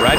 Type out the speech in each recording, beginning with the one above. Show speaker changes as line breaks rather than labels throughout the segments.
Brad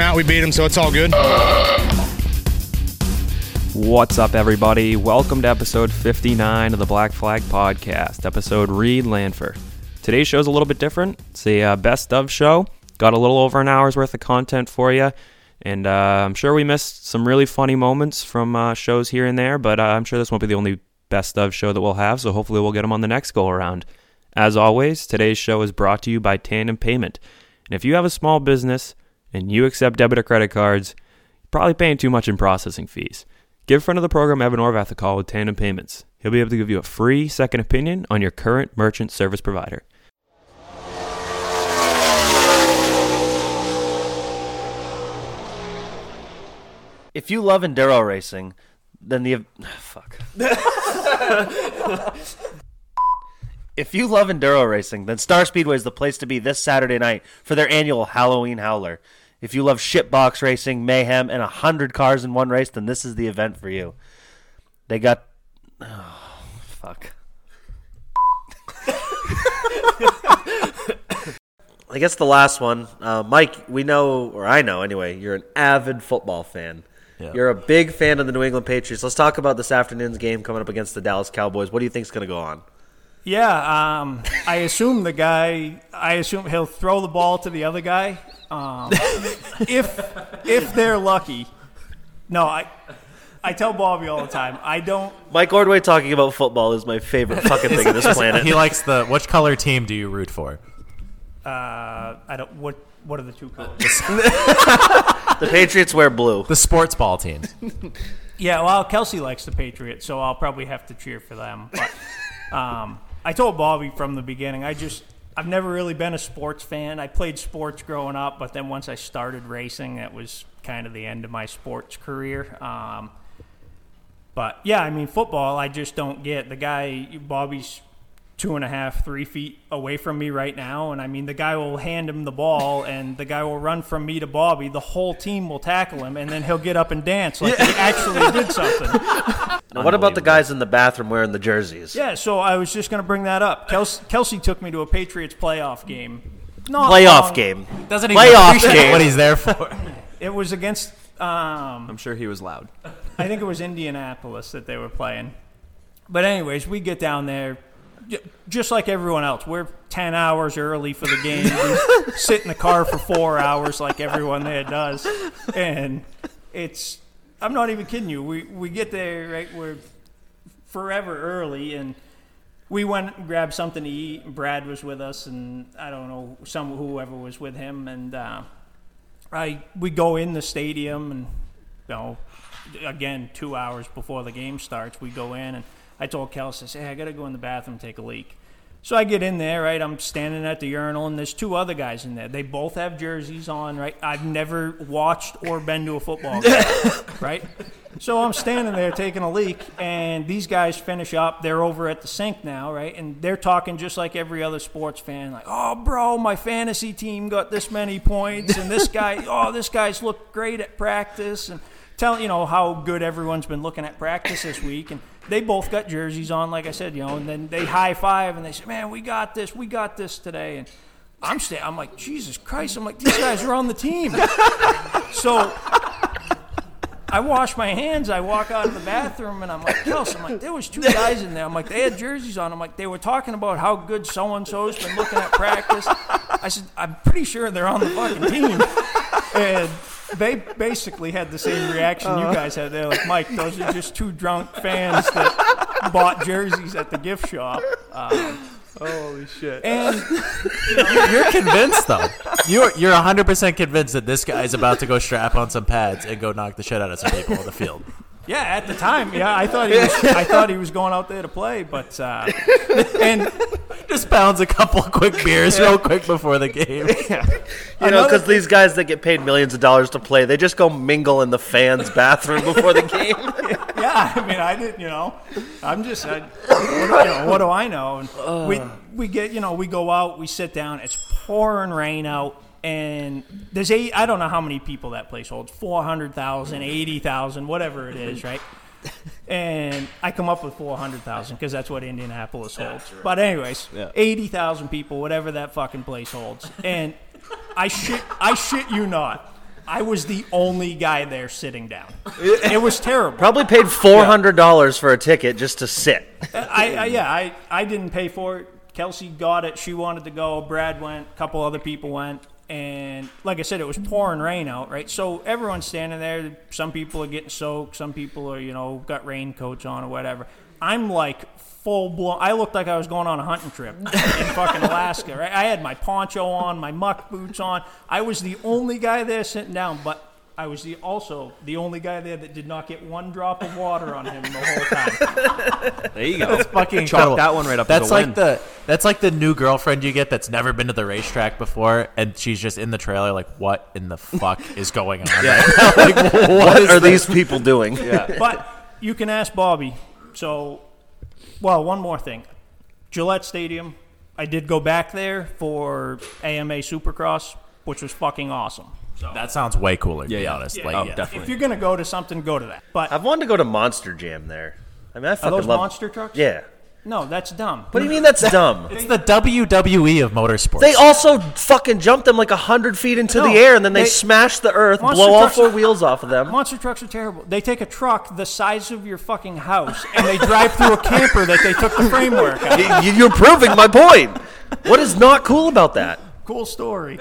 out. We beat him, so it's all good.
What's up, everybody? Welcome to episode 59 of the Black Flag Podcast, episode Reed Lanford. Today's show is a little bit different. It's a uh, best of show. Got a little over an hour's worth of content for you. And uh, I'm sure we missed some really funny moments from uh, shows here and there, but uh, I'm sure this won't be the only best of show that we'll have, so hopefully we'll get them on the next go around. As always, today's show is brought to you by Tandem Payment. And if you have a small business and you accept debit or credit cards, probably paying too much in processing fees. Give friend of the program Evan Orvath a call with Tandem Payments. He'll be able to give you a free second opinion on your current merchant service provider.
If you love enduro racing, then the fuck. if you love enduro racing, then Star Speedway is the place to be this Saturday night for their annual Halloween Howler. If you love shitbox racing, mayhem, and a hundred cars in one race, then this is the event for you. They got, oh, fuck. I guess the last one, uh, Mike. We know, or I know anyway. You're an avid football fan. You're a big fan of the New England Patriots. Let's talk about this afternoon's game coming up against the Dallas Cowboys. What do you think's going to go on?
Yeah, um, I assume the guy. I assume he'll throw the ball to the other guy. Um, if if they're lucky. No, I I tell Bobby all the time. I don't.
Mike Ordway talking about football is my favorite fucking thing on this planet.
He likes the which color team do you root for?
Uh, I don't. What what are the two colors?
the Patriots wear blue.
The sports ball team.
Yeah, well, Kelsey likes the Patriots, so I'll probably have to cheer for them. But, um, I told Bobby from the beginning, I just I've never really been a sports fan. I played sports growing up, but then once I started racing, that was kind of the end of my sports career. Um, but yeah, I mean, football, I just don't get the guy. Bobby's two and a half, three feet away from me right now, and I mean, the guy will hand him the ball, and the guy will run from me to Bobby. The whole team will tackle him, and then he'll get up and dance like he actually did something.
Now, what about the guys in the bathroom wearing the jerseys?
Yeah, so I was just going to bring that up. Kelsey, Kelsey took me to a Patriots playoff game. Not
Playoff
long.
game.
Doesn't even
Playoff
appreciate
game.
what he's there for.
It was against, um,
I'm sure he was loud.
I think it was Indianapolis that they were playing. But, anyways, we get down there j- just like everyone else. We're 10 hours early for the game. we sit in the car for four hours like everyone there does. And it's, I'm not even kidding you. We, we get there, right? We're forever early and we went and grabbed something to eat and brad was with us and i don't know some whoever was with him and uh, i we go in the stadium and you know again two hours before the game starts we go in and i told kelsey I said, hey i gotta go in the bathroom and take a leak so I get in there, right? I'm standing at the urinal, and there's two other guys in there. They both have jerseys on, right? I've never watched or been to a football game, right? So I'm standing there taking a leak, and these guys finish up. They're over at the sink now, right? And they're talking just like every other sports fan, like, "Oh, bro, my fantasy team got this many points, and this guy, oh, this guy's looked great at practice," and tell you know how good everyone's been looking at practice this week and they both got jerseys on like i said you know and then they high five and they say man we got this we got this today and i'm sta- i'm like jesus christ i'm like these guys are on the team so I wash my hands. I walk out of the bathroom, and I'm like, Kels, I'm like, there was two guys in there. I'm like, they had jerseys on. I'm like, they were talking about how good so and so's been looking at practice. I said, I'm pretty sure they're on the fucking team, and they basically had the same reaction you guys had. They're like, Mike, those are just two drunk fans that bought jerseys at the gift shop. Um,
Holy shit.
and
You're convinced though. You're you're 100 percent convinced that this guy is about to go strap on some pads and go knock the shit out of some people on the field.
Yeah, at the time, yeah, I thought he was, I thought he was going out there to play, but uh, and
Just pounds a couple quick beers real quick before the game.
You know, because these guys that get paid millions of dollars to play, they just go mingle in the fans' bathroom before the game.
yeah, I mean, I didn't, you know, I'm just, I, you know, what do I know? And we we get, you know, we go out, we sit down, it's pouring rain out, and there's eight, I don't know how many people that place holds, 400,000, 80,000, whatever it is, right? And I come up with 400,000 because that's what Indianapolis holds. But anyways, 80,000 people, whatever that fucking place holds. And I shit, I shit you not. I was the only guy there sitting down. It was terrible.
Probably paid four hundred dollars for a ticket just to sit.
I, I yeah, I, I didn't pay for it. Kelsey got it. She wanted to go. Brad went. A couple other people went. And like I said, it was pouring rain out, right? So everyone's standing there. Some people are getting soaked. Some people are, you know, got raincoats on or whatever. I'm like full blown. I looked like I was going on a hunting trip in fucking Alaska, right? I had my poncho on, my muck boots on. I was the only guy there sitting down, but I was the also the only guy there that did not get one drop of water on him the whole time.
There you go. That's
fucking incredible.
Chalk that one right up.
That's
as a
like
win.
the that's like the new girlfriend you get that's never been to the racetrack before, and she's just in the trailer like, what in the fuck is going on? Yeah. like, what is
What are
this?
these people doing? Yeah.
but you can ask Bobby. So, well, one more thing. Gillette Stadium, I did go back there for AMA Supercross, which was fucking awesome. So,
That sounds way cooler. to be
yeah.
honest.
Yeah.
Like,
Oh,
yeah.
definitely.
if you're going to go to something, go to that. But
I've wanted to go to Monster Jam there. I mean, I
are
fucking
those
love.
monster trucks?
Yeah.
No, that's dumb.
What do you mean that's dumb?
It's the WWE of motorsports.
They also fucking jump them like hundred feet into
No,
the air and then they,
they-
smash the earth,
Monster
blow all
trucks-
four wheels off of them.
Monster trucks are terrible. They take a truck the size of your fucking house and they drive through a camper that they took the framework out.
Y- y- You're proving my point. What is not cool about that?
Cool story.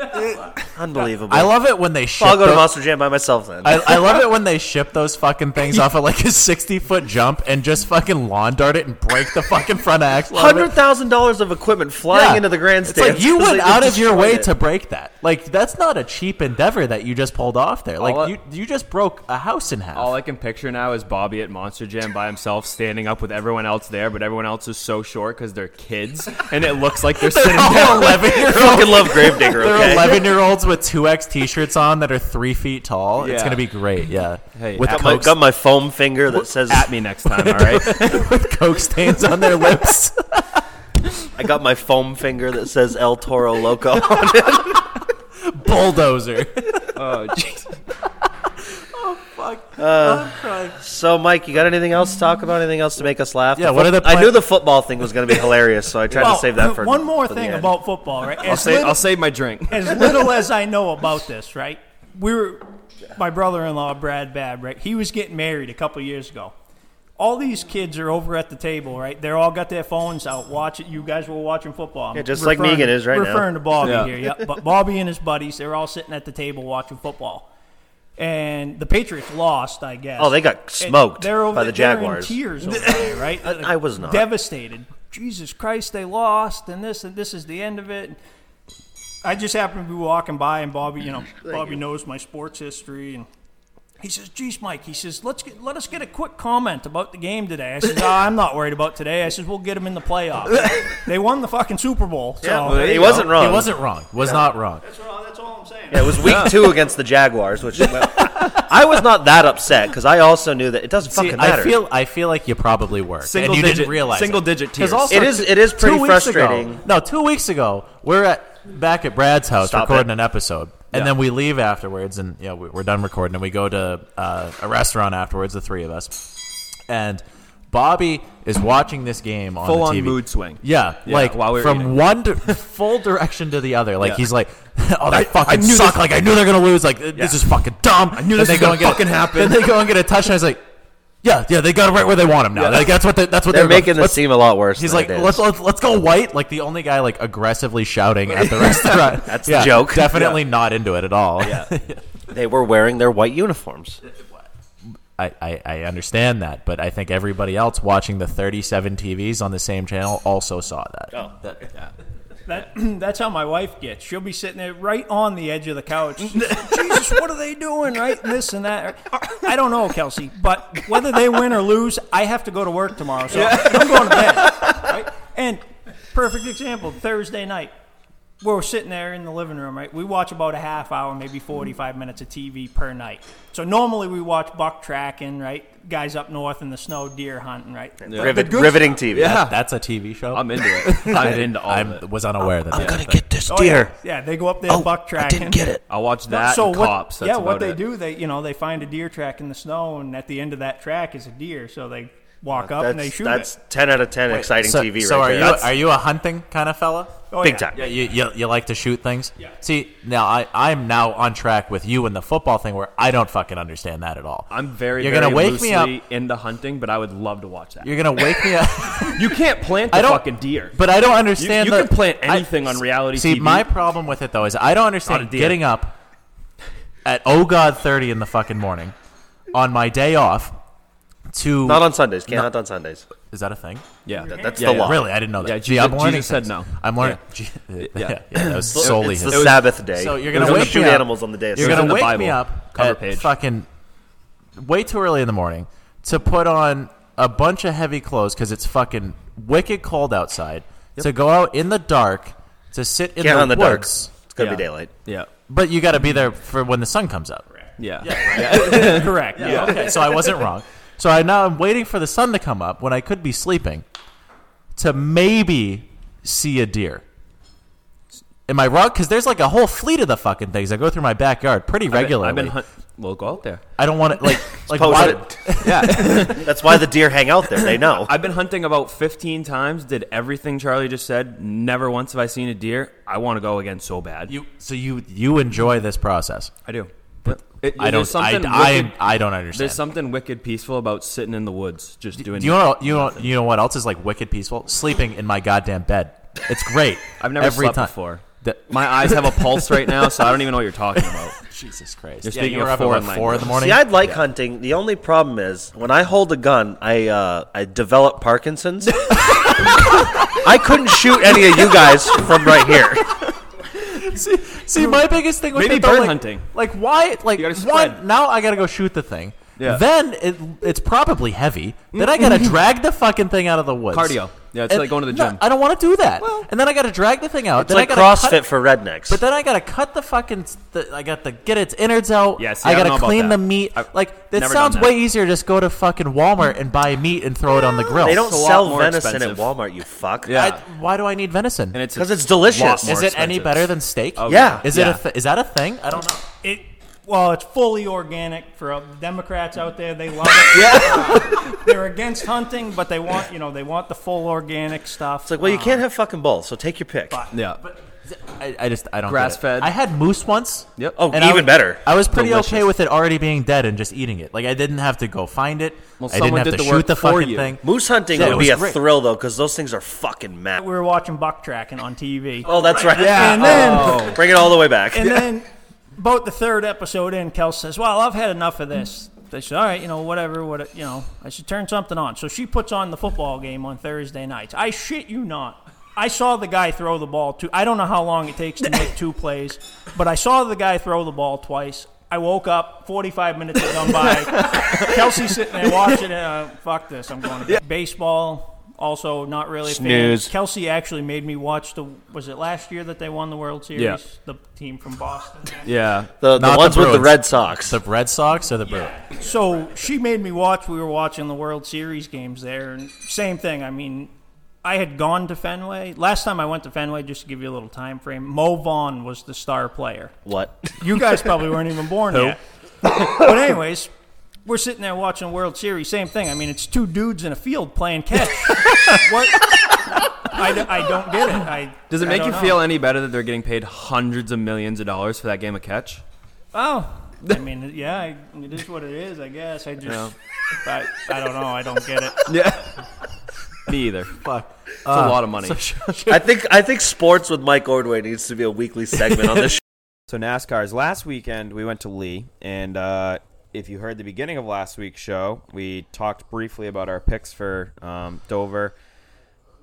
Unbelievable.
I love it when they ship.
I'll go to
those-
Monster Jam by myself then.
I, I love it when they ship those fucking things off of like a sixty foot jump and just fucking lawn dart it and break the fucking front axle. out of it.
Hundred thousand dollars of equipment flying
Yeah.
into the
It's
grandstand.
like you
'cause
went
they
out of your way
destroyed it.
to break that. Like that's not a cheap endeavor that you just pulled off there. Like
All
Oh,
I-
you you just broke a house in half.
All I can picture now is Bobby at Monster Jam by himself, standing up with everyone else there, but everyone else is so short because they're kids, and it looks like they're sitting
They're
down.
eleven year
I fucking
olds.
love Gravedigger.
They're
Okay.
eleven year olds with two X t shirts on that are three feet tall. Oh, It's
Yeah.
gonna be great. Yeah,
Hey,
with
at
Got my,
coke,
got my foam finger that says
At me next time, all right?
with coke stains on their lips.
I got my foam finger that says El Toro Loco on it.
Bulldozer. Oh,
oh, jeez.
Uh, So, Mike, you got anything else to talk about? Anything else to make us laugh?
Yeah,
The
what
fo-
are the
I knew
plan-
the football thing was going to be hilarious, so I tried to save that for
one more
for the
thing
end.
about football, right?
I'll save, I'll save my drink.
as little as I know about this, right? We were my brother-in-law Brad Babb, right? He was getting married a couple years ago. All these kids are over at the table, right? They're all got their phones out. Watch it. You guys were watching football. I'm
Yeah, just like
referring-
Megan is right now.
Referring to Bobby
Yeah.
here, yep. But Bobby and his buddies, they're all sitting at the table watching football. And the Patriots lost, I guess.
Oh, they got
And
smoked
they're over
by the
they're in
Jaguars.
tears over there, right?
I was not.
devastated. Jesus Christ, they lost, and this and this is the end of it. I just happened to be walking by, and Bobby, you know, Bobby knows my sports history, and he says, "Geez, Mike," he says, "Let's get let us get a quick comment about the game today." I says, oh, "I'm not worried about today." I says, "We'll get them in the playoffs. they won the fucking Super Bowl." So.
Yeah, he wasn't wrong.
He wasn't wrong. Was not wrong.
That's all- that's all I'm saying.
It was week two against the Jaguars, which I was not that upset because I also knew that it doesn't
See,
fucking matter.
I feel I feel like you probably were,
Single
and you
digit,
didn't realize
single
it.
digit
'Cause
tears.
also-
It is- it is
two
pretty
weeks ago-
frustrating.
no, two weeks ago we're at back at Brad's house
Stop
recording
it.
an episode, and then we leave afterwards, and you know, we, we're done recording, and we go to uh, a restaurant afterwards, the three of us, and Bobby is watching this game on
Full
the
on
TV.
mood swing.
Yeah,
Yeah,
like
while we were
from
eating.
one di- full direction to the other. Like
Yeah.
he's like, "Oh, they fucking
knew
suck!"
this-
Like I knew they're gonna lose. Like this is fucking dumb. I
knew this was gonna fucking happen.
Then they go and get a touchdown. It's like, yeah, yeah, they got it right where they want him now. Like that's what they, that's what
They're
they're
making
the
this seem a lot worse.
He's
than
like,
it is.
let's, let's let's go white. Like the only guy like aggressively shouting at the restaurant.
That's the joke.
Definitely not into it at all.
they were wearing their white uniforms.
I, I, I understand that, but I think everybody else watching the 37 TVs on the same channel also saw that.
That, that's how my wife gets. She'll be sitting there right on the edge of the couch. Jesus, what are they doing? Right, and this and that. I don't know, Kelsey, but whether they win or lose, I have to go to work tomorrow, so I'm going to bed. Right? And perfect example. Thursday night, we're sitting there in the living room, right? We watch about a half hour, maybe 45 minutes of TV per night. So normally we watch buck tracking, right? Guys up north in the snow, deer hunting, right? But the
Rivet-
good
riveting
stuff-
TV.
That- that's a TV show.
I'm into it. I'm into all
I'm-
of it.
was unaware that. I'm
gonna get this
Oh,
deer. Oh,
Yeah. yeah, they go up there buck tracking.
I watch that
so
and
what,
cops. That's
yeah, what
about
they
it.
do, they you know they find a deer track in the snow, and at the end of that track is a deer. So they walk up and they
That's,
shoot
that's
it.
ten out of ten exciting
so,
TV.
so
right
are
there.
you
That's
are you a hunting kind of fella?
Oh,
big
yeah.
time?
Yeah, you, you, you like to shoot things. Yeah. See, now I I'm now on track with you and the football thing where I don't fucking understand that at all.
I'm very,
You're
very
gonna wake me up.
loosely into hunting, but I would love to watch that.
You're gonna wake me up.
You can't plant the
I don't-
fucking deer.
But I don't
you,
understand.
you
the-
can plant
I-
anything on reality
See,
TV.
my problem with it though is I don't understand
Not a deer.
getting up at oh god thirty in the fucking morning on my day off to
Not on Sundays. Can't hunt on Sundays.
is that a thing?
yeah,
That's
Yeah,
the
yeah.
law.
Really, I didn't know that.
Yeah,
Gee,
Je-
I'm learning.
Jesus said
things.
no.
I'm learning. Gee, Yeah, yeah, that was solely
It's
his.
the Sabbath day.
So you're
We're
gonna
gonna
wake
shoot
me up.
animals on the day. of
You're
Sabbath.
gonna
in the
wake
Bible.
me up
Cover
at
page.
fucking way too early in the morning to put on a bunch of heavy clothes because it's fucking wicked cold outside. To go out in the dark to sit in
Can't
the,
hunt in the dark.
woods,
It's gonna be
Yeah.
daylight.
yeah,
but you got to be there for when the sun comes up.
yeah,
Correct. Yeah.
Okay, so I wasn't wrong. So I now I'm waiting for the sun to come up when I could be sleeping to maybe see a deer. Am I wrong? Because there's like a whole fleet of the fucking things that go through my backyard pretty regularly.
I've been hunt. Well, go out there.
I don't want it like like
Post
why,
it. That's why the deer hang out there. They know.
I've been hunting about 15 times. Did everything Charlie just said. Never once have I seen a deer. I want to go again so bad.
you so you you enjoy this process.
I do.
I don't.
There's
I,
something
I,
wicked-
I don't
There's
understand.
something wicked peaceful about sitting in the woods, just doing.
Do you know you know you know what else is like wicked peaceful? Sleeping in my goddamn bed. It's great.
I've never
Every
slept
time.
before.
The-
My eyes have a pulse right now, so I don't even know what you're talking about.
Jesus Christ!
You're
Yeah, you
speaking
were
a
up at what,
foreign
four in the
language.
morning.
See, I'd like hunting. The only problem is when I hold a gun, I uh, I develop Parkinson's. I couldn't shoot any of you guys from right here.
See, see, my biggest thing with
Maybe
it, though,
bird
like-
hunting.
Like why? Like
You gotta
one.
spread.
Now I gotta go shoot the thing.
Yeah. Mm-hmm.
Then it, it's probably heavy. Then I gotta drag the fucking thing out of the woods.
Cardio. Yeah, it's like going to the
no,
gym.
I don't want to do that. and then I gotta drag the thing out.
It's
then
like
I gotta
CrossFit
cut,
for rednecks.
But then I gotta cut the fucking. The, I got to get its innards out.
Yeah, see,
I
I don't
gotta
know about
clean the
that.
meat.
I've
like it
never
sounds
done that.
way easier. to Just go to fucking Walmart and buy meat and throw it on the grill.
they don't
It's a lot
sell
more
venison
expensive.
at Walmart. You fuck.
Yeah.
I, why do I need venison?
And it's
'Cause it's delicious.
lot more
is it any
expensive. Oh,
better than steak?
Yeah.
Is
Yeah.
it? A th- is that a thing? I don't know.
It well, it's fully organic for uh, Democrats out there. They love it. Uh, They're against hunting, but they want you know they want the full organic stuff.
It's like, well, you can't have fucking both, so take your pick.
Yeah.
I, I just I don't get it.
Grass-fed.
I had moose once.
Yep.
Oh,
I
even
was-
better.
I was pretty
Delicious.
okay with it already being dead and just eating it. Like I didn't have to go find it.
Well,
I didn't
someone
have
did
to
the
shoot
work
the
for
fucking
you.
thing.
Moose hunting
Yeah, it
would be a
was great.
thrill though, because those things are fucking mad.
we were watching buck tracking on TV.
Oh, that's right.
and then
Oh. Bring it all the way back.
Oh. and then about the third episode in, Kel says, "Well, I've had enough of this." They said, "All right, you know, whatever, what you know, I should turn something on." So she puts on the football game on Thursday nights. I shit you not. I saw the guy throw the ball two. I don't know how long it takes to make two plays, but I saw the guy throw the ball twice. I woke up, 45 minutes had gone by. Kelsey's sitting there watching it. Uh, fuck this, I'm going to bed. baseball. Also, not really a fan.
Snooze.
Kelsey actually made me watch the. Was it last year that they won the World Series?
Yeah.
the team from Boston.
Yeah.
the the
Not the
ones with the
Bruins.
Red Sox.
The Red Sox or the Brew?
So she made me watch. We were watching the World Series games there, and same thing. I mean, I had gone to Fenway last time. I went to Fenway just to give you a little time frame. Mo Vaughn was the star player.
what?
You guys probably weren't even born yet. but anyways, we're sitting there watching World Series. Same thing. I mean, it's two dudes in a field playing catch. what? I, d- I don't get it. I,
Does it
I
make
don't
you
know.
feel any better that they're getting paid hundreds of millions of dollars for that game of catch?
Oh, I mean, yeah, I, it is what it is. I guess. I just, I, I don't know. I don't get it.
Yeah. Me either.
Fuck.
It's
Uh,
a lot of money. So,
I think I think sports with Mike Ordway needs to be a weekly segment on this show.
NASCAR's last weekend, we went to Lee, and uh, if you heard the beginning of last week's show, we talked briefly about our picks for um, Dover.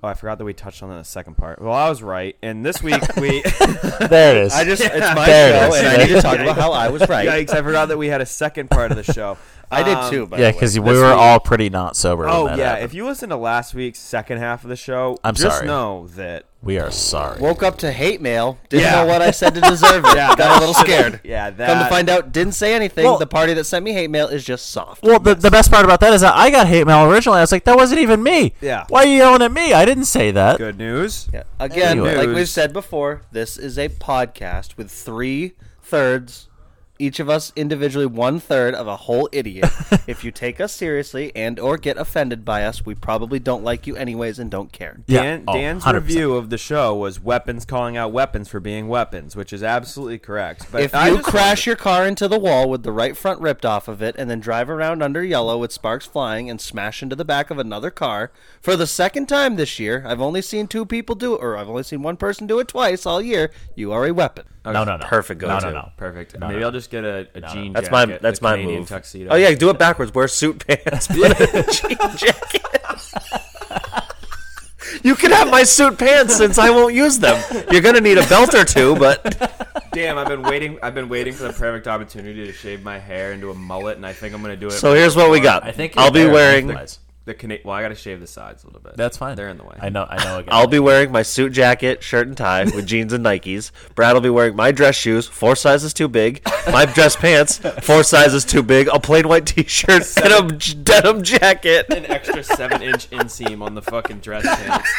Oh, I forgot that we touched on that in the second part. Well, I was right, and this week we.
There it is.
I just it's my
There it
show,
is.
and I need to talk
Yikes.
about how I was right. Yikes! I forgot that we had a second part of the show. Um,
I did too. By
yeah,
because
because we were all pretty not sober.
Oh
when that
yeah,
happened.
if you listen to last week's second half of the show,
I'm
just
sorry.
know that
we are sorry.
Woke up to hate mail. Didn't
Yeah.
know what I said to deserve it.
Yeah,
Got a little
that-
scared.
yeah,
Come
that-
to find out, didn't say anything.
Well-
the party that sent me hate mail is just soft.
Well, the, the best part about that is that I got hate mail originally. I was like, that wasn't even me.
Yeah.
Why are you yelling at me? I didn't say that.
Good news.
Yeah.
Again, like we've said before, this is a podcast with three thirds, each of us individually one third of a whole idiot. if you take us seriously and or get offended by us, we probably don't like you anyways and don't care.
Dan, Dan's
oh,
review of the show was weapons calling out weapons for being weapons, which is absolutely correct. But
if
I
you
just
crash your car into the wall with the right front ripped off of it and then drive around under yellow with sparks flying and smash into the back of another car for the second time this year, I've only seen two people do it, or I've only seen one person do it twice all year. You are a weapon.
No, no, no. Perfect
No, no,
go-to.
no. Perfect.
No,
Maybe
no.
I'll just get a, a jean
That's
jacket.
my that's
the
my
Canadian
move.
Tuxedo.
Oh yeah, do it backwards. Wear suit pants. put a jean jacket. You can have my suit pants since I won't use them. You're gonna need a belt or two, but
Damn, I've been waiting. I've been waiting for the perfect opportunity to shave my hair into a mullet, and I think I'm gonna do it.
So here's what we got. I think I'll be you're wearing-
the, the Cana- Well, I gotta shave the sides a little bit.
That's fine.
They're in the way.
I know. I know. Again.
I'll be wearing my suit jacket, shirt and tie with jeans and Nikes. Brad will be wearing my dress shoes, four sizes too big. My dress pants, four sizes too big. A plain white T-shirt and a j- denim jacket.
An extra seven inch inseam on the fucking dress pants.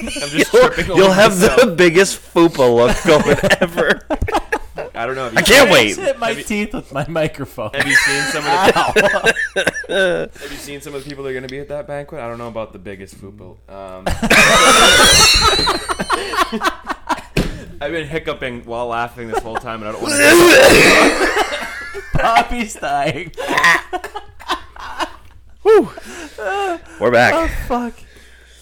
I'm just
You'll,
tripping
you'll
over
have the
myself.
biggest fupa look going ever.
I don't know. Have
I can't wait.
I hit my teeth with my microphone.
Have you seen some of the Have you seen some of the people that are going to be at that banquet? I don't know about the biggest fupa. Um, I've been hiccuping while laughing this whole time, and I don't want to.
Poppy's dying.
Whew. We're back.
Oh,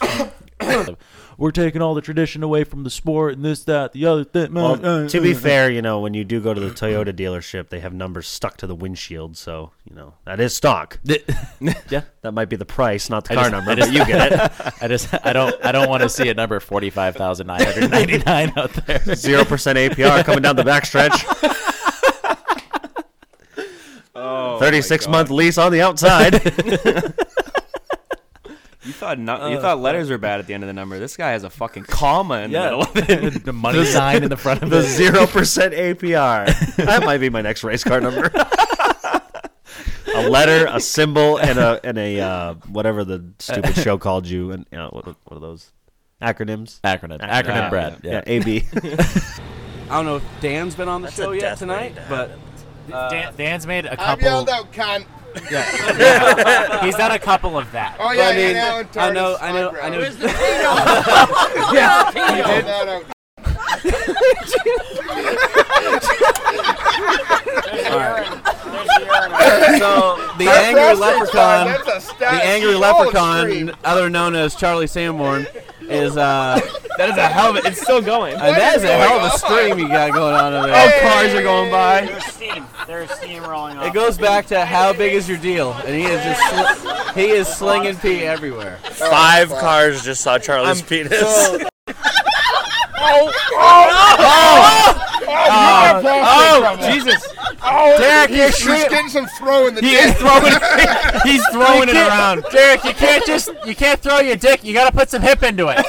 fuck. We're taking all the tradition away from the sport and this, that, the other thing.
Well, to be fair, you know, when you do go to the Toyota dealership, they have numbers stuck to the windshield, so you know that is stock. yeah, that might be the price, not the car number, but you get it.
I just I don't I don't want to see a number forty five thousand nine hundred ninety nine out there.
Zero percent APR coming down the backstretch.
Oh,
Thirty-six month lease on the outside.
You thought not, you
Oh,
thought letters were bad at the end of the number. This guy has a fucking comma in
Yeah.
the middle of it.
The money sign in the front of The it. 0% APR. that might be my next race car number. a letter, a symbol, and a and a uh, whatever the stupid show called you, and you know, what, what are those acronyms?
Acronym,
Ac-
acronym,
uh,
Brad.
Yeah,
Yeah.
AB.
I don't know if Dan's been on the show yet tonight, but uh,
Dan, Dan's made a
I'm
couple.
yelled out, cunt.
Yeah. He's done a couple of that.
Oh, yeah,
I mean,
yeah, Alan
I know-
Tardis,
I know-
my
I
bro.
know-
Where's the Tino?
Yeah.
Tino.
You did.
Shout out.
so the
That's-
angry
that's a-
leprechaun,
that's a stat-
the angry
oh,
leprechaun,
scream.
other known as Charlie Sanborn, is uh, that is a hell of a, it's still going. Uh,
What
that
is
is a hell of
going
a stream you got going on over there.
Hey!
Cars are going by.
steam. There's steam rolling
It goes back to how big is your deal, and he is just sli- he is slinging pee everywhere.
Five
Oh,
cars just saw Charlie's penis.
Oh! Oh! Oh!
Oh,
Oh!
oh, Jesus.
Oh!
Derek, you're
he's, he's
shrimp.
getting some throw in the
He
dick.
is throwing it-
he's
throwing it around.
Derek, you can't just you can't throw your dick. You got to put some hip into it.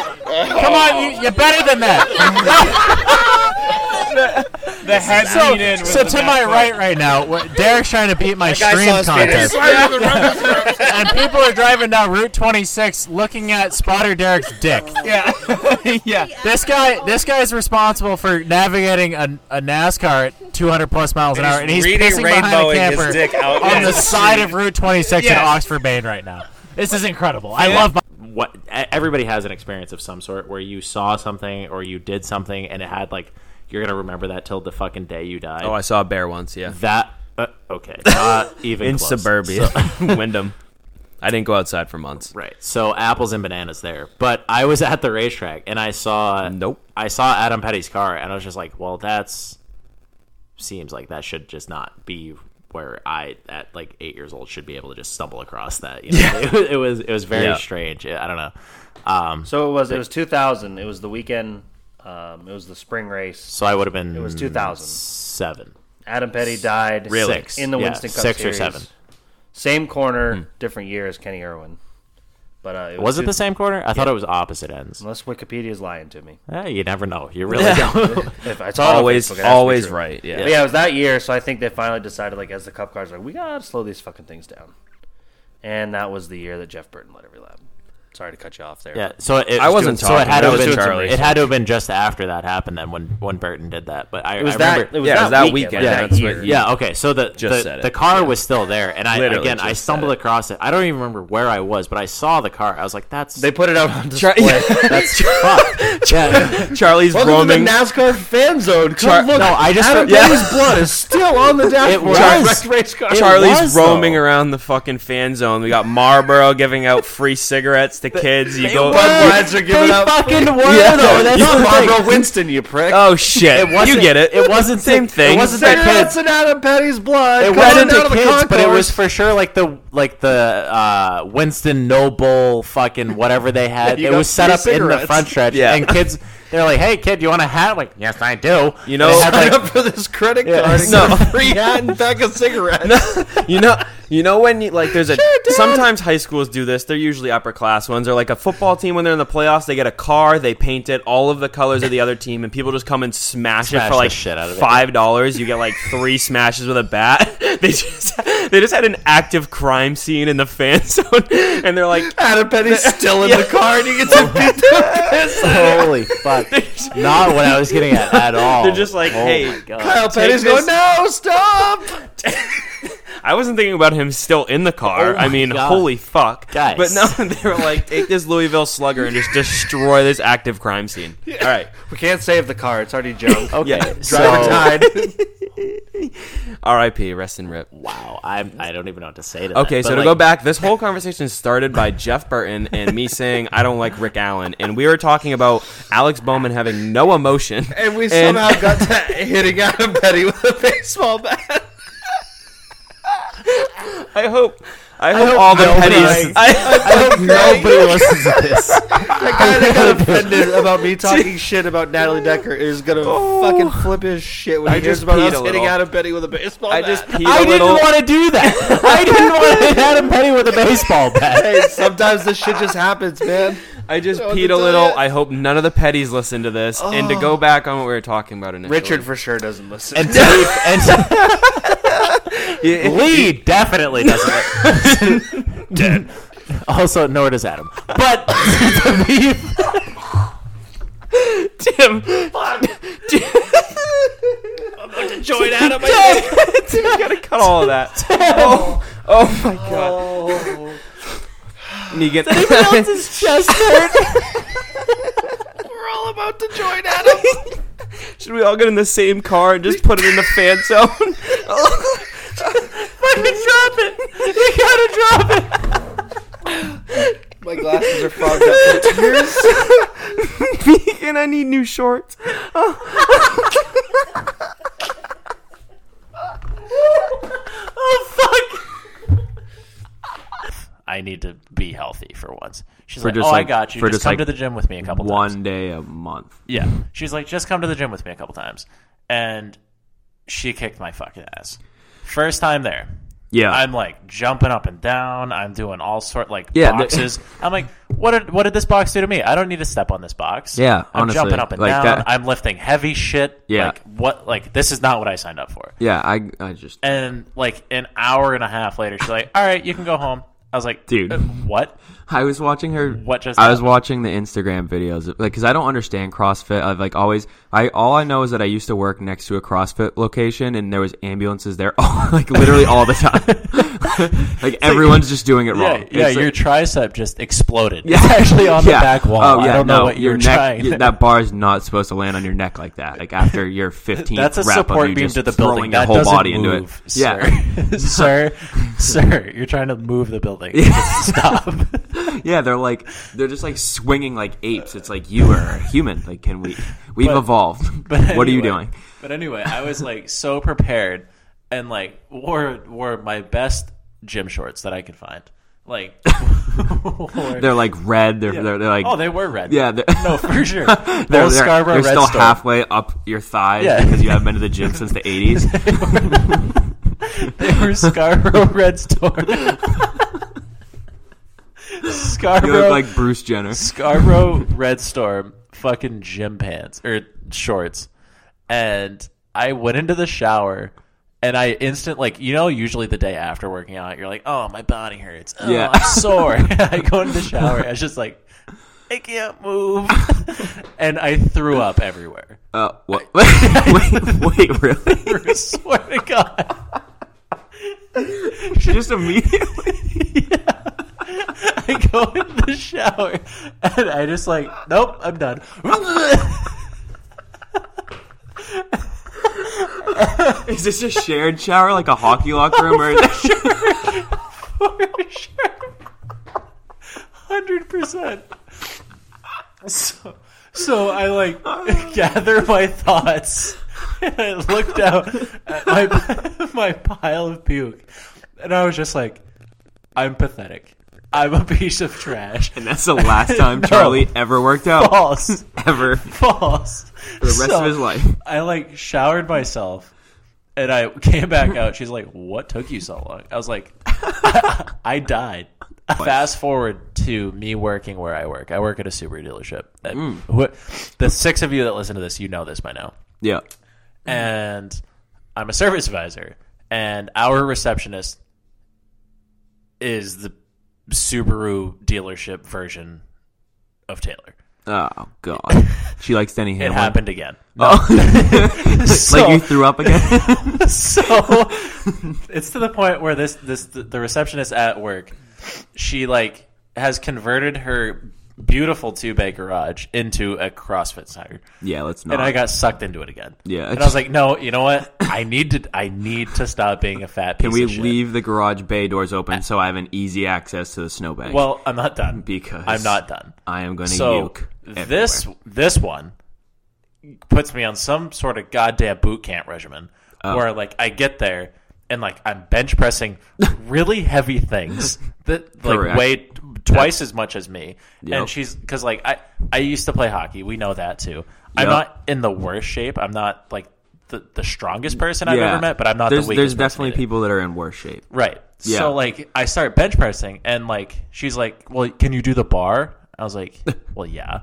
Oh.
Come on, you, you're better than that.
The head
so,
lean in was
so
the
to
best
my
part.
right right now, wh- Derek's trying to beat my
That guy saw
stream
his penis.
contest, and people are driving down Route 26 looking at Spotter Derek's dick.
Yeah. yeah.
This guy, this guy is responsible for navigating a, a NASCAR at 200 plus miles an
And
hour, and
he's
he's
reading
pissing behind a
rainbowing his
camper
dick out
on
in
the
the
side of
street.
Route 26
Yes.
in Oxford, Maine, right now. This is incredible. I love. My-
what e- everybody has an experience of some sort where you saw something or you did something and it had like you're gonna remember that till the fucking day you die.
Oh, I saw a bear once. Yeah.
That uh, okay, not even
in
close.
suburbia,
So-
Wyndham. I didn't go outside for months.
Right. So apples and bananas there. But I was at the racetrack and I saw nope. I saw Adam Petty's car and I was just like, well, that's seems like that should just not be where I at like eight years old should be able to just stumble across that. You know, it, was, it was it was very
Yeah.
strange. I don't know. Um,
So it was. It
but-
was 2000. It was the weekend. Um, it was the spring race.
So I would have been.
It was 2000.
Seven.
Adam Petty died
Really?
six in the
Yeah,
Winston Cup
six or
series.
seven. Hmm.
Same corner, different year as Kenny Irwin. But uh,
Was it
two-
the same corner? I thought
Yeah.
it was opposite ends.
Unless Wikipedia's lying to me.
Eh, you never know. You really don't.
if I saw it on Facebook, it has to be true. But yeah, it was that year, so I think they finally decided, like, as the cup cars, like, we gotta slow these fucking things down. And that was the year that Jeff Burton led every lap. Sorry to cut you off there.
Yeah, so it, so it had to have been It had to have been just after that happened, then when when Burton did that. But I,
It was
I
that-
remember,
it was Yeah, it was that that weekend, weekend, like
Yeah,
that that's what year. you
yeah, okay. So the
just
the,
said it.
the car was still there, and I
Literally
again I
just
stumbled across it. I don't even remember where I was, but I saw the car. I was like, "That's
they put it out on display.
that's fuck." Yeah.
Charlie's
Welcome
roaming.
to the NASCAR fan zone. Come
Char-
look.
No, I just-
Adam
yeah.
Petty's blood is still on the dashboard. Wrecked race car.
Charlie's roaming around the fucking fan zone. We got Marlboro giving out free cigarettes to kids. You
They
go.
were- Budweiser giving
They
out-
fucking
Yeah. though,
were though.
that's
That's
not
the thing.
Marlboro Winston, you prick.
Oh shit!
It wasn't-
you get it.
it wasn't
same
the-
thing.
it wasn't that
Cigarettes
and Adam Petty's blood.
It wasn't the kids, but it was for sure like the like the uh, Winston Noble fucking whatever they had.
You
it
got
was set
free
up in the
cigarettes.
front stretch,
Yeah.
and kids they're like, "Hey, kid, you want a hat?" I'm like, "Yes, I do."
You know-
They had,
Sign
like,
for this credit
Yeah.
card. and
No.
get a free hat and pack of cigarettes.
you know, you know when you like there's a sometimes high schools do this. They're usually upper class ones. They're like a football team when they're in the playoffs. They get a car, they paint it all of the colors of the other team, and people just come and smash,
Smash
it for
the
like
shit out of it.
five dollars. You get like three smashes with a bat. They just they just had an active crime scene in the fan zone, and they're like
Adam Petty's still in the car, and he gets to beat the piss out
Oh
of him.
Holy fuck! Not what I was getting at at all.
They're just like,
Oh
hey,
my God.
Kyle
take
Petty's
this-
going, no, stop.
I wasn't thinking about him still in the car.
Oh my
I mean,
God.
holy fuck.
Guys.
But no, they were like, take this Louisville slugger and just destroy this active crime scene. All right.
We can't save the car. It's already junk. Okay.
Yeah,
Driver
so-
died.
R.I.P. Rest and rip.
Wow, I I don't even know what to say to that.
Okay, so
But,
to
like,
go back, this whole conversation started by Jeff Burton and me saying I don't like Rick Allen, and we were talking about Alex Bowman having no emotion,
And we somehow got to hitting Adam Petty with a baseball bat.
I hope. I hope,
hope
all the
nobody-
petties.
I- I hope nobody listens
to
this. That guy that got offended about me talking shit about Natalie Decker is gonna fucking flip his shit when
Oh. I
he hears
just
about
peed
us
a
hitting
little.
Adam Petty with a baseball
I
bat.
just peed
I
a little.
to do that. I didn't want to hit Adam Petty with a baseball bat. Hey, sometimes this shit just happens, man.
I just
Oh,
Don't
peed a
tell
little.
ya.
I hope none of the petties listen to this. And to
Oh.
go back on what we were talking about initially,
Richard for sure doesn't listen.
and, and- Lee definitely doesn't. Dead. Also, nor does Adam. But
Tim,
I'm about to join Adam.
Tim's got to cut all of that. Oh, oh my god. And you get
chest hurt? We're all about to join Adam.
Should we all get in the same car and just put it in the fan zone?
Fucking drop it! You gotta drop it! My glasses are fogged up with tears.
Vegan, I need new shorts.
I need to be healthy for once. She's
For
like,
just
"Oh, I
like-
got you.
for
Just,
just
come
like
to the gym with me a couple times."
One day a month.
Yeah. She's like, just come to the gym with me a couple times. And she kicked my fucking ass. First time there.
Yeah.
I'm like jumping up and down. I'm doing all sort like
Yeah, the-
boxes. I'm like, what did what did this box do to me? I don't need to step on this box.
Yeah,
I'm
honestly,
jumping up and
like
down.
that-
I'm lifting heavy shit.
Yeah.
Like what like this is not what I signed up for.
Yeah, I, I just.
And like an hour and a half later, she's like, All right, you can go home. I was like,
Dude.
"Uh, what?
I was watching her.
What just
I was
happened?
watching the Instagram videos, like because I don't understand CrossFit. I've like always, I all I know is that I used to work next to a CrossFit location, and there was ambulances there, all, like literally all the time. like everyone's just doing it
Yeah,
wrong.
yeah,
It's like-
your tricep just exploded. It's actually on
Yeah.
the back wall.
Oh, yeah,
I don't
no,
know what
your
you're
neck,
trying.
y- That bar is not supposed to land on your neck like that. Like after your 15th
That's a
rep of
support
you
beam
just
to the
throwing
building.
your
That
whole
doesn't
body
move,
into it.
Sir. sir, sir, you're trying to move the building. Stop.
Yeah, yeah. They're like they're just like swinging like apes. It's like you are a human. Like can we? We've
But-
evolved.
but
what are you
anyway-
doing?
But anyway, I was like so prepared and like wore wore my best gym shorts that I could find. Like
They're like red. They're,
Yeah.
they're, they're like
Oh, they were red.
Yeah, they're-
No, for sure.
they're
Old
they're,
Scarborough
they're
Red
still
Storm.
halfway up your thighs
Yeah.
because you haven't been to the gym since the eighties.
they were Scarborough Red Storm. Scarborough
You look like Bruce Jenner.
Scarborough Red Storm fucking gym pants or shorts. And I went into the shower and I instant like you know usually the day after working out you're like oh my body hurts oh
Yeah.
I'm sore I go into the shower I was just like I can't move and I threw up everywhere
Uh, what? wait, wait, really?
I swear to God
Just immediately.
I go in the shower and I just like, nope, I'm done.
Is this a shared shower, like a hockey locker room, or
For sure. Hundred percent. So, so I like gather my thoughts and I looked out at my my pile of puke, and I was just like, I'm pathetic. I'm a piece of trash.
And that's the last time Charlie ever worked out.
False.
Ever.
False.
For the rest of his life.
I like showered myself and I came back out. She's like, What took you so long? I was like, I, died. Fast forward to me working where I work. I work at a Subaru dealership.
Mm.
And wh- the six of you that listen to this, you know this by now.
Yeah.
And I'm a service advisor. And our receptionist is the Subaru dealership version of Taylor.
Oh God, she likes Denny Hamlin.
happened again.
Oh. like you threw up again.
so it's to the point where this this the receptionist at work, she like has converted her beautiful two bay garage into a CrossFit center.
Yeah, let's
And
not.
I got sucked into it again.
Yeah.
and I was like, no, you know what? I need to I need to stop being a fat. Piece
Can we
of shit.
leave the garage bay doors open so I have an easy access to the snowbank?
Well, I'm not done
because
I'm not done.
I am going to
so
puke.
this this one puts me on some sort of goddamn boot camp regimen
Oh.
where like I get there and like I'm bench pressing really heavy things that like
Correct.
weigh t- twice as much as me.
Yep.
And she's because like I I used to play hockey. We know that too. I'm
Yep.
not in the worst shape. I'm not like the, the strongest person I've
Yeah.
ever met, but I'm not
There's,
the weakest.
there's
person.
definitely people that are in worse shape.
Right.
Yeah.
So like I start bench pressing and like she's like, "Well, can you do the bar?" I was like, "Well, yeah."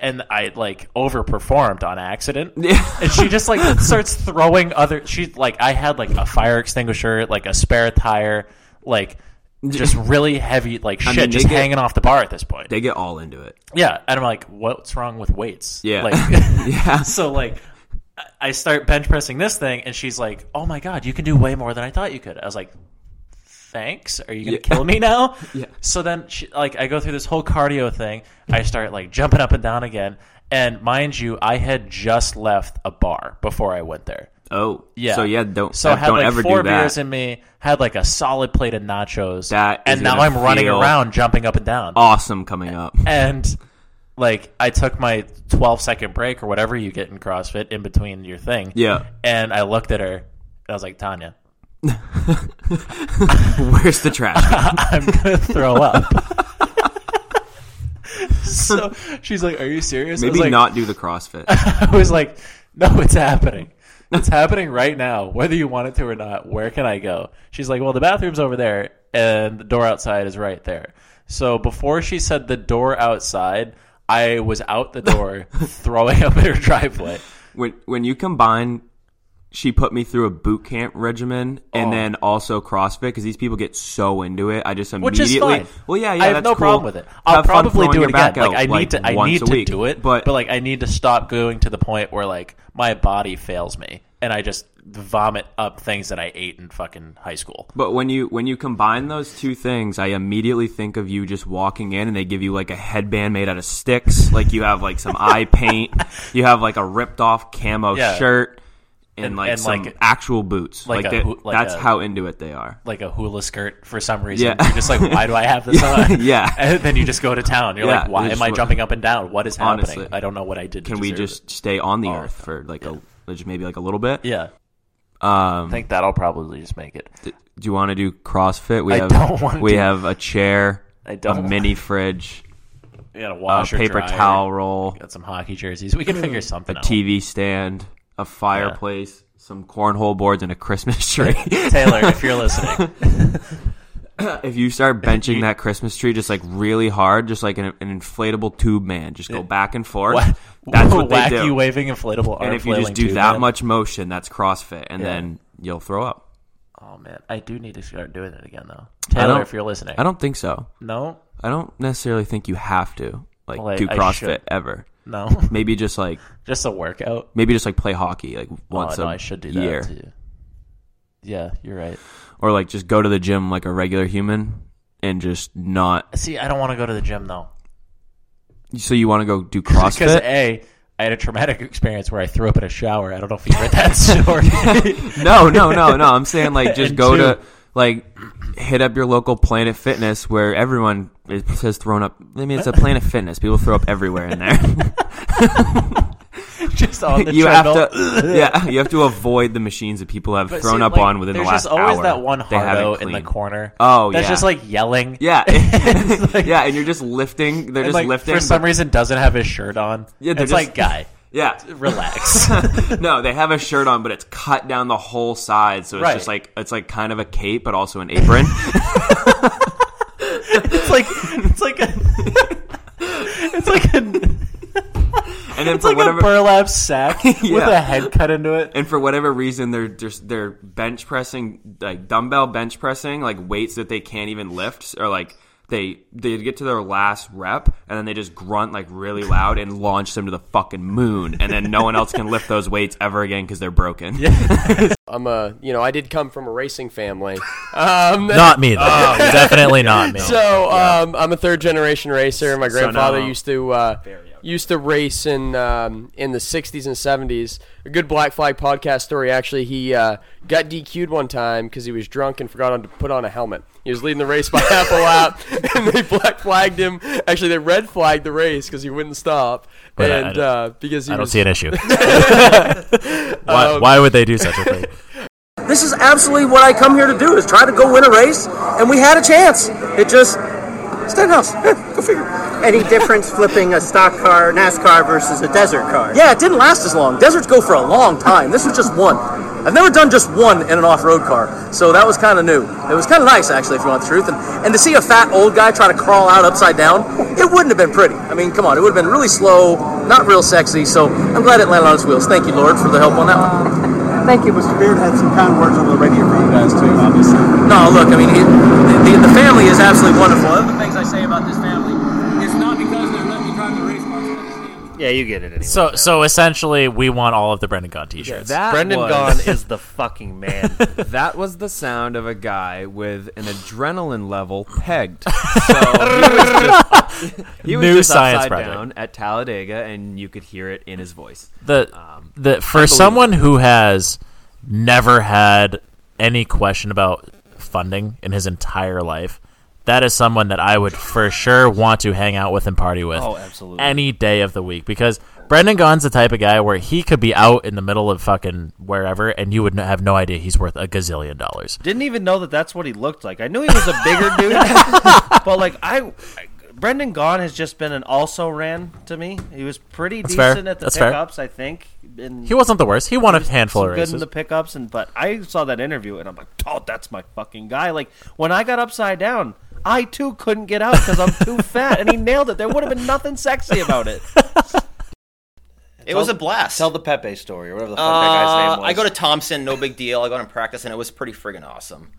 and I like overperformed on accident. and she just like starts throwing other she like I had like a fire extinguisher, like a spare tire, like just really heavy like
I
shit
mean, they
just
get-
hanging off the bar at this point.
They get all into it.
Yeah, and I'm like, what's wrong with weights?
Yeah.
like,
yeah.
So like, I- I start bench pressing this thing, and she's like, "Oh my god, you can do way more than I thought you could." I was like, "Thanks, are you gonna
Yeah.
kill me now?"
Yeah.
So then, she, like, I go through this whole cardio thing. I start like jumping up and down again, and mind you, I had just left a bar before I went there.
Oh,
Yeah.
So yeah, don't
So I had
don't
like
ever
four
do that.
beers in me. Had like a solid plate of nachos.
That is
and now I'm
gonna
running
feel
around, jumping up and down
awesome coming up.
and like I took my 12 second break or whatever you get in CrossFit in between your thing.
Yeah.
And I looked at her and I was like, Tanya,
Where's the trash?
I'm gonna throw up. so she's like, "Are you serious?" I was
Maybe
like-
not do the CrossFit.
I was like, "No, it's happening. It's happening right now, whether you want it to or not. Where can I go?" She's like, "Well, the bathroom's over there, and the door outside is right there." So before she said the door outside, I was out the door throwing up in her driveway.
when when you combine she put me through a boot camp regimen and
Oh.
then also CrossFit because these people get so into it. I just
Which
immediately
is fine.
well yeah yeah
I have
that's
no
cool.
problem with it. I'll
Have fun
probably
throwing
do
your
it again.
back out,
Like I need to, I
once
need
a
to
week.
do it, but, like I need to stop going to the point where like my body fails me and I just vomit up things that I ate in fucking high school.
But when you when you combine those two things, I immediately think of you just walking in and they give you like a headband made out of sticks, like you have like some eye paint, you have like a ripped off camo
Yeah.
shirt, and,
And-
like
and,
some
like-
actual boots.
like
Like,
a
they-
hoo- like
that's
a-
how into it they are.
Like a hula skirt for some reason.
Yeah.
You're just like, why do I have this
Yeah.
on?
Yeah.
And then you just go to town. You're
Yeah,
like, why
they
am
just
I
look-
jumping up and down? What is happening?
Honestly.
I don't know what I did. to
Can we
deserve
Oh,
just stay on the earth for like a just maybe like a little bit?
Yeah.
Um, I
think that'll probably just make it.
Do you want to do CrossFit? We
I
have
don't want
we
to.
have a chair,
I don't
a
want-
mini fridge,
You got a washer,
paper
dryer.
towel roll,
got some hockey jerseys. We can figure something
a
out.
TV stand, a fireplace, some cornhole boards, and a Christmas tree.
Taylor, if you're listening.
if you start benching that Christmas tree just like really hard, just like an, an inflatable tube man, just go back and forth.
Wha-
That's what they
wacky
do.
waving inflatable arm
And if you just
flailing
do
tube
that
man.
much motion, that's CrossFit, and
Yeah.
then you'll throw up.
Oh man, I do need to start doing it again though.
I
Taylor,
don't-
if you're listening,
I don't think so.
No?
I don't necessarily think you have to like
Well, I-
do
I
CrossFit
should.
ever.
No.
maybe just like
Just a workout.
Maybe just like play hockey like
Oh,
once
no,
a
I should do that,
year,
too. Yeah, you're right.
or like just go to the gym like a regular human and just not.
See, I don't want to go to the gym though.
So you want to go do
Because
CrossFit?
a, I had a traumatic experience where I threw up in a shower. I don't know if you read that story.
no, no, no, no. I'm saying like just
And
go
two,
to like hit up your local Planet Fitness where everyone it says thrown up. I mean, it's a Planet Fitness. People throw up everywhere in there.
just on the
you have
treadmill.
to, yeah, you have to avoid the machines that people have
But
thrown
see,
up
like,
on within the
there's
last
just always
hour.
that one
They haven't
hardo in the
cleaned.
corner.
Oh,
that's
yeah.
just like yelling.
Yeah, yeah, and you're just lifting. They're
And,
just
like,
lifting
for some
but-
reason doesn't have his shirt on.
Yeah,
it's
they're just-
like guy.
Yeah,
relax.
no, they have a shirt on, but it's cut down the whole side, so it's
Right.
just like it's like kind of a cape, but also an apron.
it's like it's like a it's like a
and then
it's
for
like
whatever
a burlap sack with
Yeah.
a head cut into it.
and for whatever reason they're just they're bench pressing like dumbbell bench pressing like weights that they can't even lift or like they they get to their last rep and then they just grunt like really loud and launch them to the fucking moon and then no one else can lift those weights ever again because they're broken.
I'm a, you know, I did come from a racing family. Um,
Not me, though.
um,
Definitely not me.
So um, I'm a third generation racer. My
So
grandfather
now-
used to uh, used to race in um, in the 60s and 70s. A good Black Flag podcast story. Actually, he uh, got DQ'd one time because he was drunk and forgot on to put on a helmet. He was leading the race by half a lap, and they black flagged him. Actually, they red flagged the race because he wouldn't stop,
But I- I
and
don't-
uh, because he
I don't
was-
see
Um,
an issue. Why- why would they do such a thing?
This is absolutely what I come here to do: is try to go win a race, and we had a chance. It just Stenhouse, eh, go figure.
Any difference flipping a stock car, NASCAR versus a desert car?
Yeah, it didn't last as long. Deserts go for a long time. This was just one. I've never done just one in an off-road car, so that was kind of new. It was kind of nice, actually, if you want the truth. And, and to see a fat old guy try to crawl out upside down, it wouldn't have been pretty. I mean, come on, it would have been really slow, not real sexy. So I'm glad it landed on its wheels. Thank you, Lord, for the help on that one.
Thank you, Mr. Beard. Had some kind words on the radio for you guys too, obviously.
No, look, I mean, it, the, the family is absolutely wonderful.
One of the things I say about this family is not because they're letting me drive the race cars.
Yeah, you get it. Anyway.
So, so essentially, we want all of the Brendan Gaughan t-shirts.
Brendan
Gaughan
Gaughan is the fucking man.
that was the sound of a guy with an adrenaline level pegged. So he was
New
just
science
upside
project.
down at Talladega, and you could hear it in his voice.
the
Um,
the for someone who has never had any question about funding in his entire life, that is someone that I would for sure want to hang out with and party with.
Oh, absolutely.
Any day of the week because Brendan Gaughan's the type of guy where he could be out in the middle of fucking wherever and you would n- have no idea he's worth a gazillion dollars.
Didn't even know that that's what he looked like. I knew he was a bigger dude, but like I, Brendan Gaughan has just been an also ran to me. He was pretty
That's fair.
decent at the
That's fair.
pickups, I think. And
He wasn't the worst. He won a
was
handful of
good in
races.
the pickups, and but I saw that interview and I'm like, oh, that's my fucking guy. Like when I got upside down. I too couldn't get out because I'm too fat, and he nailed it. There would have been nothing sexy about it.
It was a blast.
Tell the Pepe story or whatever the fuck that guy's
Uh,
name was.
I go to Thompson, no big deal. I go to practice, and it was pretty friggin' awesome.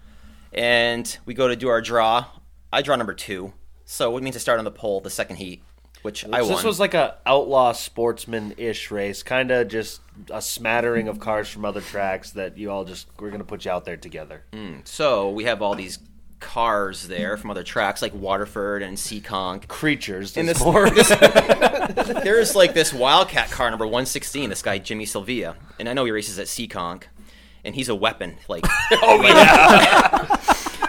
And we go to do our draw. I draw number two, so it means I start on the pole the second heat, which I
So
won.
This was like a outlaw sportsman ish race, kind of just a smattering of cars from other tracks that you all just we're gonna put you out there together.
Mm, so we have all these cars there from other tracks like Waterford and Seekonk.
Creatures.
And
there's
this,
more.
this- there is like this Wildcat car number 116, this guy Jimmy Sylvia. And I know he races at Seekonk. And he's a weapon. Like, oh, yeah.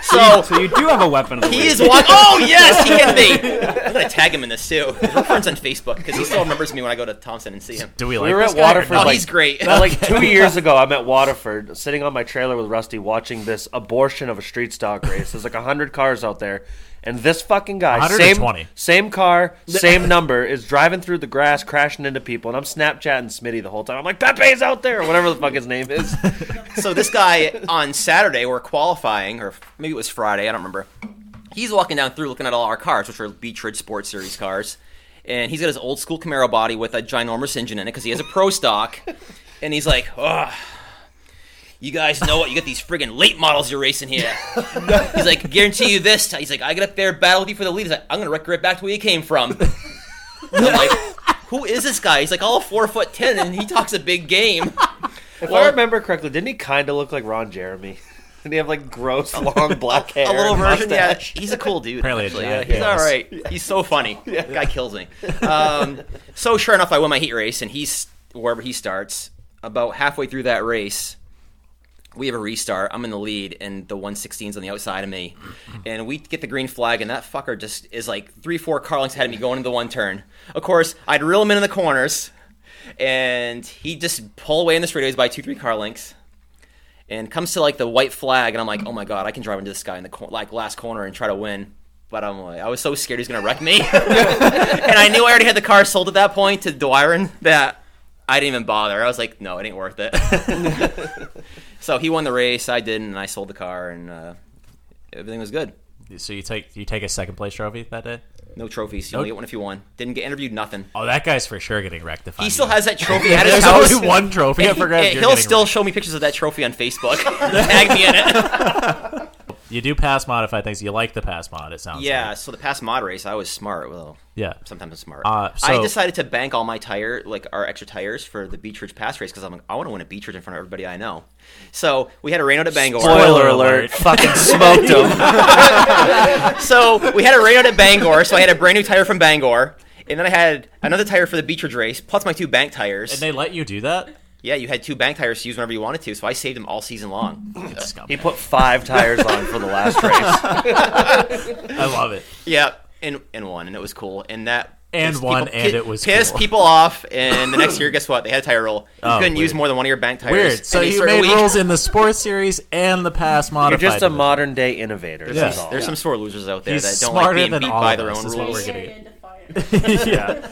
so,
so you do have a weapon. Of the
he
week.
is one. Oh, yes, he hit me. I'm gonna tag him in this too. 'cause We're friends on Facebook because he still remembers me when I go to Thompson and see him.
we were at Waterford.
Oh,
like,
he's great.
like two years ago, I'm at Waterford, sitting on my trailer with Rusty, watching this abortion of a street stock race. There's like hundred cars out there, and this fucking guy, same
120.
same car, same number, is driving through the grass, crashing into people, and I'm Snapchatting Smitty the whole time. I'm like, Pepe's out there, or whatever the fuck his name is.
so this guy on Saturday we're qualifying, or maybe it was Friday, I don't remember. He's walking down through looking at all our cars, which are Beach Ridge Sports Series cars, and he's got his old school Camaro body with a ginormous engine in it because he has a pro stock, and he's like, "Ugh, you guys know what? You got these friggin' late models you're racing here." he's like, "Guarantee you this." He's like, "I get up there, battle with you for the lead." He's like, "I'm gonna wreck right back to where you came from." And I'm like, "Who is this guy?" He's like, "All four foot ten, and he talks a big game."
If
Well-
I remember correctly, didn't he kind of look like Ron Jeremy? Did he have like gross long black hair?
a little
and
version. Yeah,
mustache?
he's a cool dude.
Apparently a
actually. Yeah,
giant
he's all
penis.
right. He's so funny. Guy kills me. Um, so sure enough, I win my heat race, and he's wherever he starts. About halfway through that race, we have a restart. I'm in the lead, and the 116's on the outside of me, and we get the green flag, and that fucker just is like three, four car lengths ahead of me going into the one turn. Of course, I'd reel him in in the corners, and he just pull away in the straightaways by two, three car lengths and comes to like the white flag, and I'm like, oh my god, I can drive into this guy in the cor- like last corner and try to win. But I'm like, I was so scared he's gonna wreck me, and I knew I already had the car sold at that point to Dwyron that I didn't even bother. I was like, no, it ain't worth it. so he won the race, I didn't, and I sold the car, and uh, everything was good.
So you take you take a second place trophy that day.
No trophies. You
Nope.
only get one if you won. Didn't get interviewed. Nothing.
Oh, that guy's for sure getting rectified.
He still has that trophy at his
There's
house.
only one trophy. I
And he-
forgot.
and
you're
He'll
getting
still show me pictures of that trophy on Facebook. Tag me in it.
You do pass modify things. You like the pass mod. It sounds.
Yeah, so the past mod race, I was smart. Well,
Yeah.
sometimes I'm smart.
Uh,
I
so-
decided to bank all my tire, like our extra tires, for the Beach Ridge Pass race because I'm like, I want to win a Beach Ridge in front of everybody I know. So we had a rain out at Bangor.
Spoiler alert. Fucking smoked 'em.
so we had a rain out at Bangor. So I had a brand new tire from Bangor, and then I had another tire for the Beach Ridge race, plus my two bank tires.
And they let you do that.
Yeah, you had two bank tires to use whenever you wanted to, so I saved them all season long.
He put five tires on for the last race.
I
love it.
Yeah, and and one, and it was cool. And that
And
pissed
one, and
pi-
it was
pissed
cool.
people off. And the next year, guess what? They had a tire roll. You
Oh,
couldn't use
weird.
more than one of your bank tires.
Weird. So
and they
you
started
made
weak.
rules in the sports series and the pass modified.
You're just a
division.
modern day innovator.
There's,
that's
some,
all.
there's some sore losers out there
He's
that don't
smarter
like being
than
beat
all
by
of
their
us.
own
This is what
rules.
we're getting. yeah.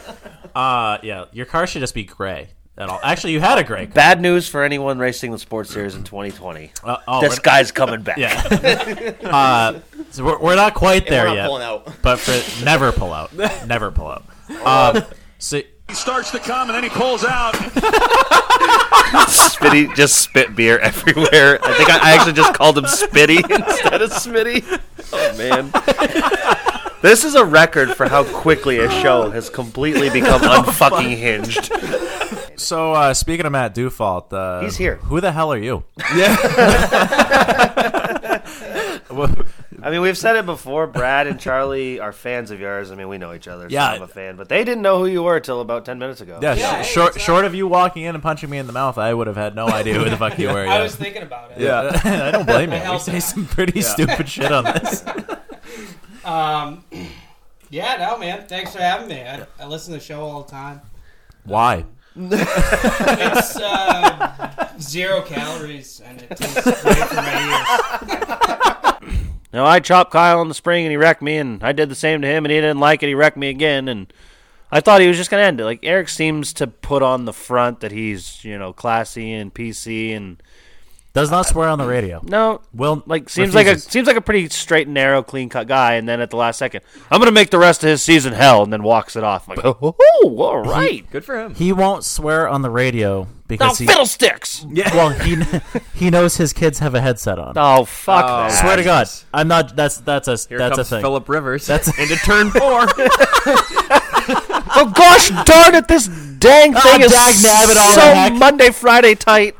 Uh, yeah. Your car should just be gray at all. Actually, you had a gray. Car.
Bad news for anyone racing the sports series in 2020.
Uh, oh,
this
we're-
guy's coming back.
Yeah. Uh, so we're, we're not quite
And we're
there
not
yet.
pulling out.
But for never pull out. Never pull out. Um, so
He starts to come and then he pulls out.
Spitty just spit beer everywhere. I think I, I actually just called him Spitty instead of Smitty. Oh man. This is a record for how quickly a show has completely become
Oh,
unfucking hinged.
So uh, speaking of Matt Dufault, uh,
He's here.
Who the hell are you? Yeah.
I mean, we've said it before. Brad and Charlie are fans of yours. I mean, we know each other. So
Yeah.
I'm a fan, but they didn't know who you were till about ten minutes ago.
yeah, sh- short
uh,
short of you walking in and punching me in the mouth, I would have had no idea who the fuck you were.
I
yeah.
was thinking about it.
Yeah, I don't blame
I
you. We
helped
say
out.
some pretty
Yeah.
stupid shit on this.
um, yeah, no, man. Thanks for having me. I, I listen to the show all the time.
Why?
it's uh, zero calories, and it tastes great for my ears.
No, I chopped Kyle in the spring and he wrecked me, and I did the same to him and he didn't like it. He wrecked me again, and I thought he was just gonna end it. Like Eric seems to put on the front that he's you know classy and PC and
Does not swear on the radio.
No,
Will
like seems like a
refuses.
seems like a pretty straight and narrow, clean cut guy. And then at the last second, I'm gonna make the rest of his season hell, and then walks it off. I'm like, oh, all right.
Good for him.
He won't swear on the radio because he
fiddlesticks!
Yeah. Well, he kn- he knows his kids have a headset on.
Oh fuck!
Oh,
that.
Swear to God, I'm not. That's that's a
Here
that's
comes
a thing.
Philip Rivers.
That's
into turn four.
Oh gosh darn it! This dang
Ah,
thing is
dag nabbit, all
so
the heck.
Monday Friday tight.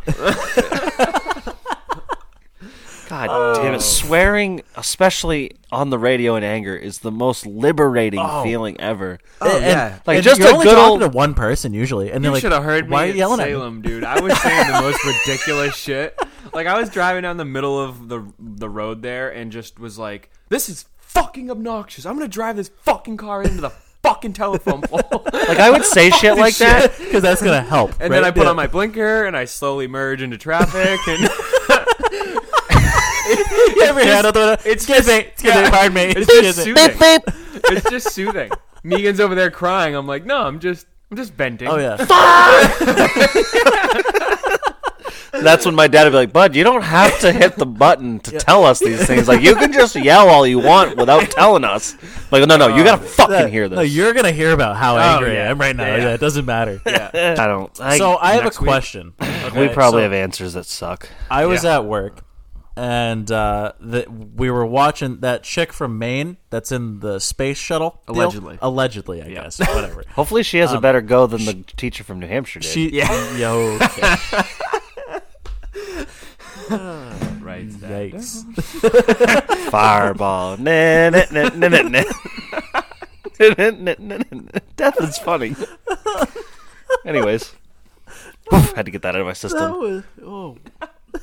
God damn it! Swearing, especially on the radio in anger, is the most liberating
Oh.
feeling ever.
And-
like
and
just
you're
a
only
good
talking
old
to one person usually, and
you
they're like,
should have heard me
"Why are you
at
yelling at me?"
Salem, dude. I was saying the most ridiculous shit. Like I was driving down the middle of the the road there and just was like, "This is fucking obnoxious. I'm gonna drive this fucking car into the fucking telephone pole.
Like, I would say shit
Fucking
like that,
shit.
'cause that's gonna help,
And
right?
then I put
Yeah.
on my blinker and I slowly merge into traffic. And
You ever had other-
It's
Excuse
just-
me, excuse me, pardon me,
It's
excuse
just
me.
soothing.
Beep,
It's just soothing. Megan's over there crying. I'm like, no, I'm just, I'm just bending.
Oh, yeah.
That's when my dad would be like, "Bud, you don't have to hit the button to
Yeah.
tell us these things. Like, you can just yell all you want without telling us." I'm like, no, no, you gotta fucking hear
No,
this.
you're gonna hear about how
Oh,
angry
yeah.
I am right now.
Yeah,
Yeah,
yeah.
it doesn't matter.
I don't. I,
so I have a
next week.
question.
we
Okay,
probably
so-
have answers that suck.
I was
Yeah.
at work, and uh, the, we were watching that chick from Maine that's in the space shuttle. deal.
Allegedly.
allegedly, I guess, whatever.
Hopefully, she has a
Um,
better go than the teacher from New Hampshire did.
She, yo,
Right.
Yikes.
Fireball. Nah, nah, nah, nah, nah, nah. Death is funny. Anyways, Oof, had to get that out of my
That
system.
was oh.
Do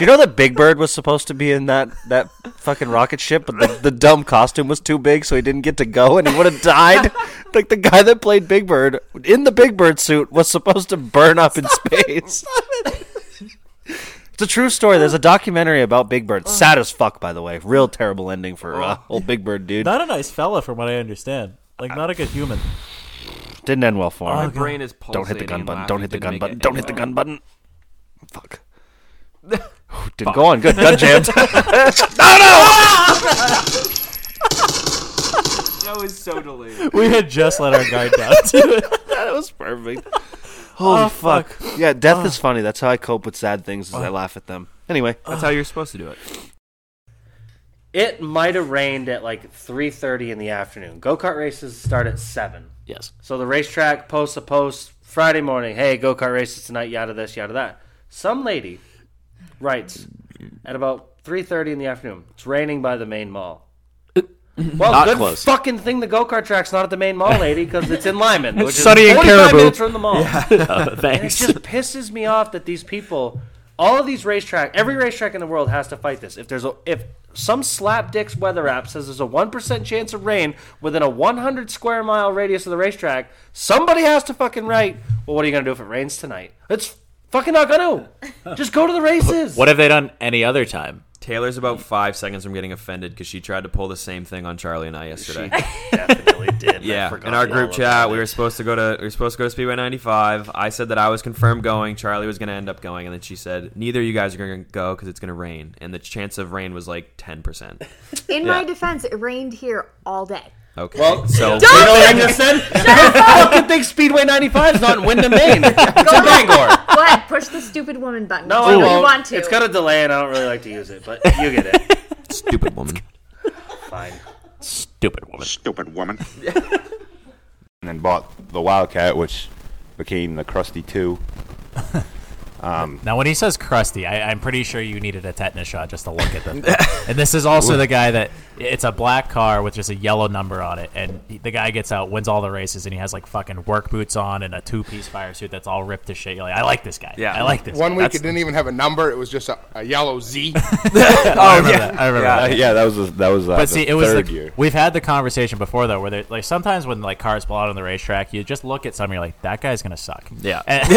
you know that Big Bird was supposed to be in that, that fucking rocket ship, but the, the dumb costume was too big, so he didn't get to go, and he would have died. like the guy that played Big Bird in the Big Bird suit was supposed to burn up in space. It's a true story. There's a documentary about Big Bird. Sad as fuck, by the way. Real terrible ending for uh, old Big Bird, dude.
Not a nice fella, from what I understand. Like, not a good human.
Didn't end well for him.
My Oh, God. brain is
Don't hit the
pulsating
gun
and
button.
laughing.
Don't hit the
Didn't
gun
make
button.
it
Don't hit
end
the
well.
gun button. Fuck. Didn't go on. Good. Gun jammed. no,
Ah!
that was so delayed.
We had just let our guard down to it.
that was perfect. Holy
Oh,
fuck.
fuck.
Yeah, death
Oh.
is funny. That's how I cope with sad things is I
Oh.
laugh at them. Anyway,
That's how you're supposed to do it.
It might have rained at like 3:30 in the afternoon. Go-kart races start at 7.
Yes.
So the racetrack posts a post Friday morning, "Hey, go-kart races tonight, yada this, yada that." Some lady writes at about 3:30 in the afternoon. It's raining by the main mall. Well,
Not
good
close.
fucking thing the go-kart track's not at the main mall, lady, because it's in Lyman, which
Sunny
is
and
45
Caribou.
minutes from the mall.
Yeah. Oh,
And it
thanks.
just pisses me off that these people, all of these racetrack, every racetrack in the world has to fight this. If there's a if some slapdicks weather app says there's a one percent chance of rain within a 100 square mile radius of the racetrack, somebody has to fucking write. Well, what are you gonna do if it rains tonight? It's fucking not gonna. Just go to the races.
What have they done any other time?
Taylor's about five seconds from getting offended because she tried to pull the same thing on Charlie and I yesterday.
definitely did.
yeah, in our group chat, we were supposed to go to we were supposed to go to Speedway 95. I said that I was confirmed going. Charlie was going to end up going, and then she said neither of you guys are going to go because it's going to rain, and the chance of rain was like ten percent.
In my defense, it rained here all day.
Okay,
Well,
so
you know what I just said? I fucking think Speedway 95 is not in Windham, Maine. It's in Bangor.
What? Push the stupid woman button.
No,
Do
I
what
won't.
You want to.
It's got a delay, and I don't really like to use it, but you get it.
stupid woman.
Fine.
Stupid woman. Stupid woman. and then bought the Wildcat, which became the Krusty 2. Um,
Now, when he says crusty, I, I'm pretty sure you needed a tetanus shot just to look at them. and this is also the guy that it's a black car with just a yellow number on it, and he- the guy gets out, wins all the races, and he has like fucking work boots on and a two piece fire suit that's all ripped to shit. You're like, I like this guy. I like this.
One
guy.
week
That's-
it didn't even have a number; it was just a, a yellow Z. Oh,
I remember that. I remember
yeah,
that.
yeah, that was the, that was uh,
but
the
see, it was
third
the,
year.
we've had the conversation before though, where they like sometimes when like cars blow out on the racetrack, you just look at some, you're like, that guy's gonna suck.
Yeah.
and,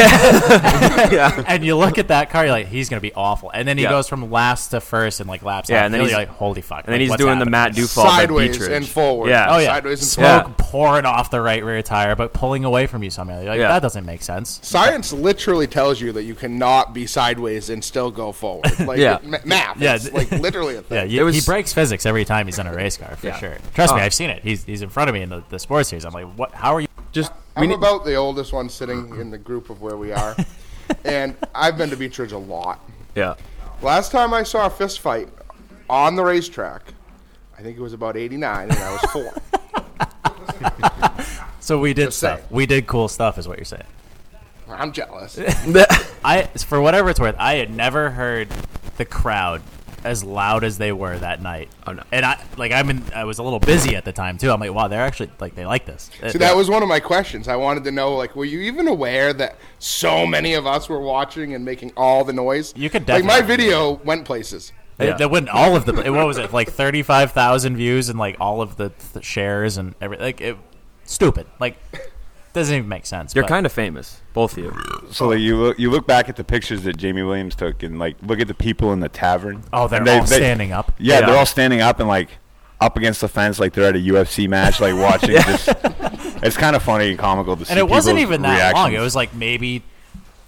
Yeah.
and you look at that car, you're like, he's gonna be awful. And then he
Yeah.
goes from last to first in like laps.
Yeah,
left
and then
field,
he's
you're like, holy fuck.
and then
like,
he's
what's
doing the
happening?
Matt Dufault by Sideways Beatridge. and forward.
Yeah, oh yeah,
Sideways and
smoke
forward.
pouring off the right rear tire, but pulling away from you somehow. You're like,
Yeah.
that doesn't make sense.
Science literally tells you that you cannot be sideways and still go forward. Like
Yeah.
ma- math,
Yeah.
it's like literally a thing.
Yeah, you, he breaks physics every time he's in a race car for
Yeah.
sure. Trust me,
Oh.
I've seen it. He's he's in front of me in the, the sports series. I'm like, what? How are you? Just
I'm about the oldest one sitting in the group of where we are, and I've been to Beechridge a lot.
Yeah.
Last time I saw a fist fight on the racetrack, I think it was about '89, and I was four.
So we did stuff. We did cool stuff, is what you're saying.
I'm jealous.
I, for whatever it's worth, I had never heard the crowd as loud as they were that night. Oh no! And I, like, I'm in, I was a little busy at the time too. I'm like, wow, they're actually like they like this.
See, that was one of my questions. I wanted to know, like, were you even aware that so many of us were watching and making all the noise? You
could
like my
definitely-
video went places.
It- That went all of the. What was it like thirty five thousand views and like all of the, the shares and everything. Like it, stupid. Like doesn't even make sense.
You're
but-
kind of famous, both of you.
So like, you look, you look back at the pictures that Jamie Williams took, and like look at the people in the tavern.
Oh, they're
And
all standing up.
Yeah,
Yeah.
they're all standing up and like up against the fence, like they're at a UFC match, like watching. just, it's kind of funny and comical to see.
and it wasn't
people's
even that
reactions.
long. It was like maybe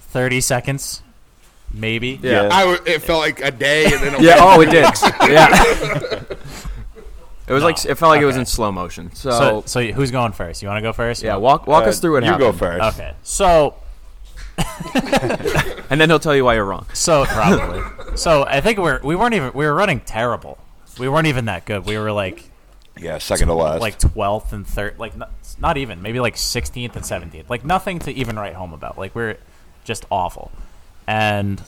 thirty seconds, maybe.
Yeah.
I w- it felt like a day and then a
Yeah,
week.
oh, it did. Yeah. It was like it felt like it was in slow motion. So,
So, so, who's going first? You want to go first?
Yeah, walk- walk Uh, us through what you go happened. first.
Okay, so
and then he'll tell you why you're wrong.
So probably. so I think we're we weren't even we were running terrible. We weren't even that good. We were like
yeah, second to last.
like twelfth and third, like not, not even maybe like sixteenth and seventeenth. Like nothing to even write home about. Like we're just awful, and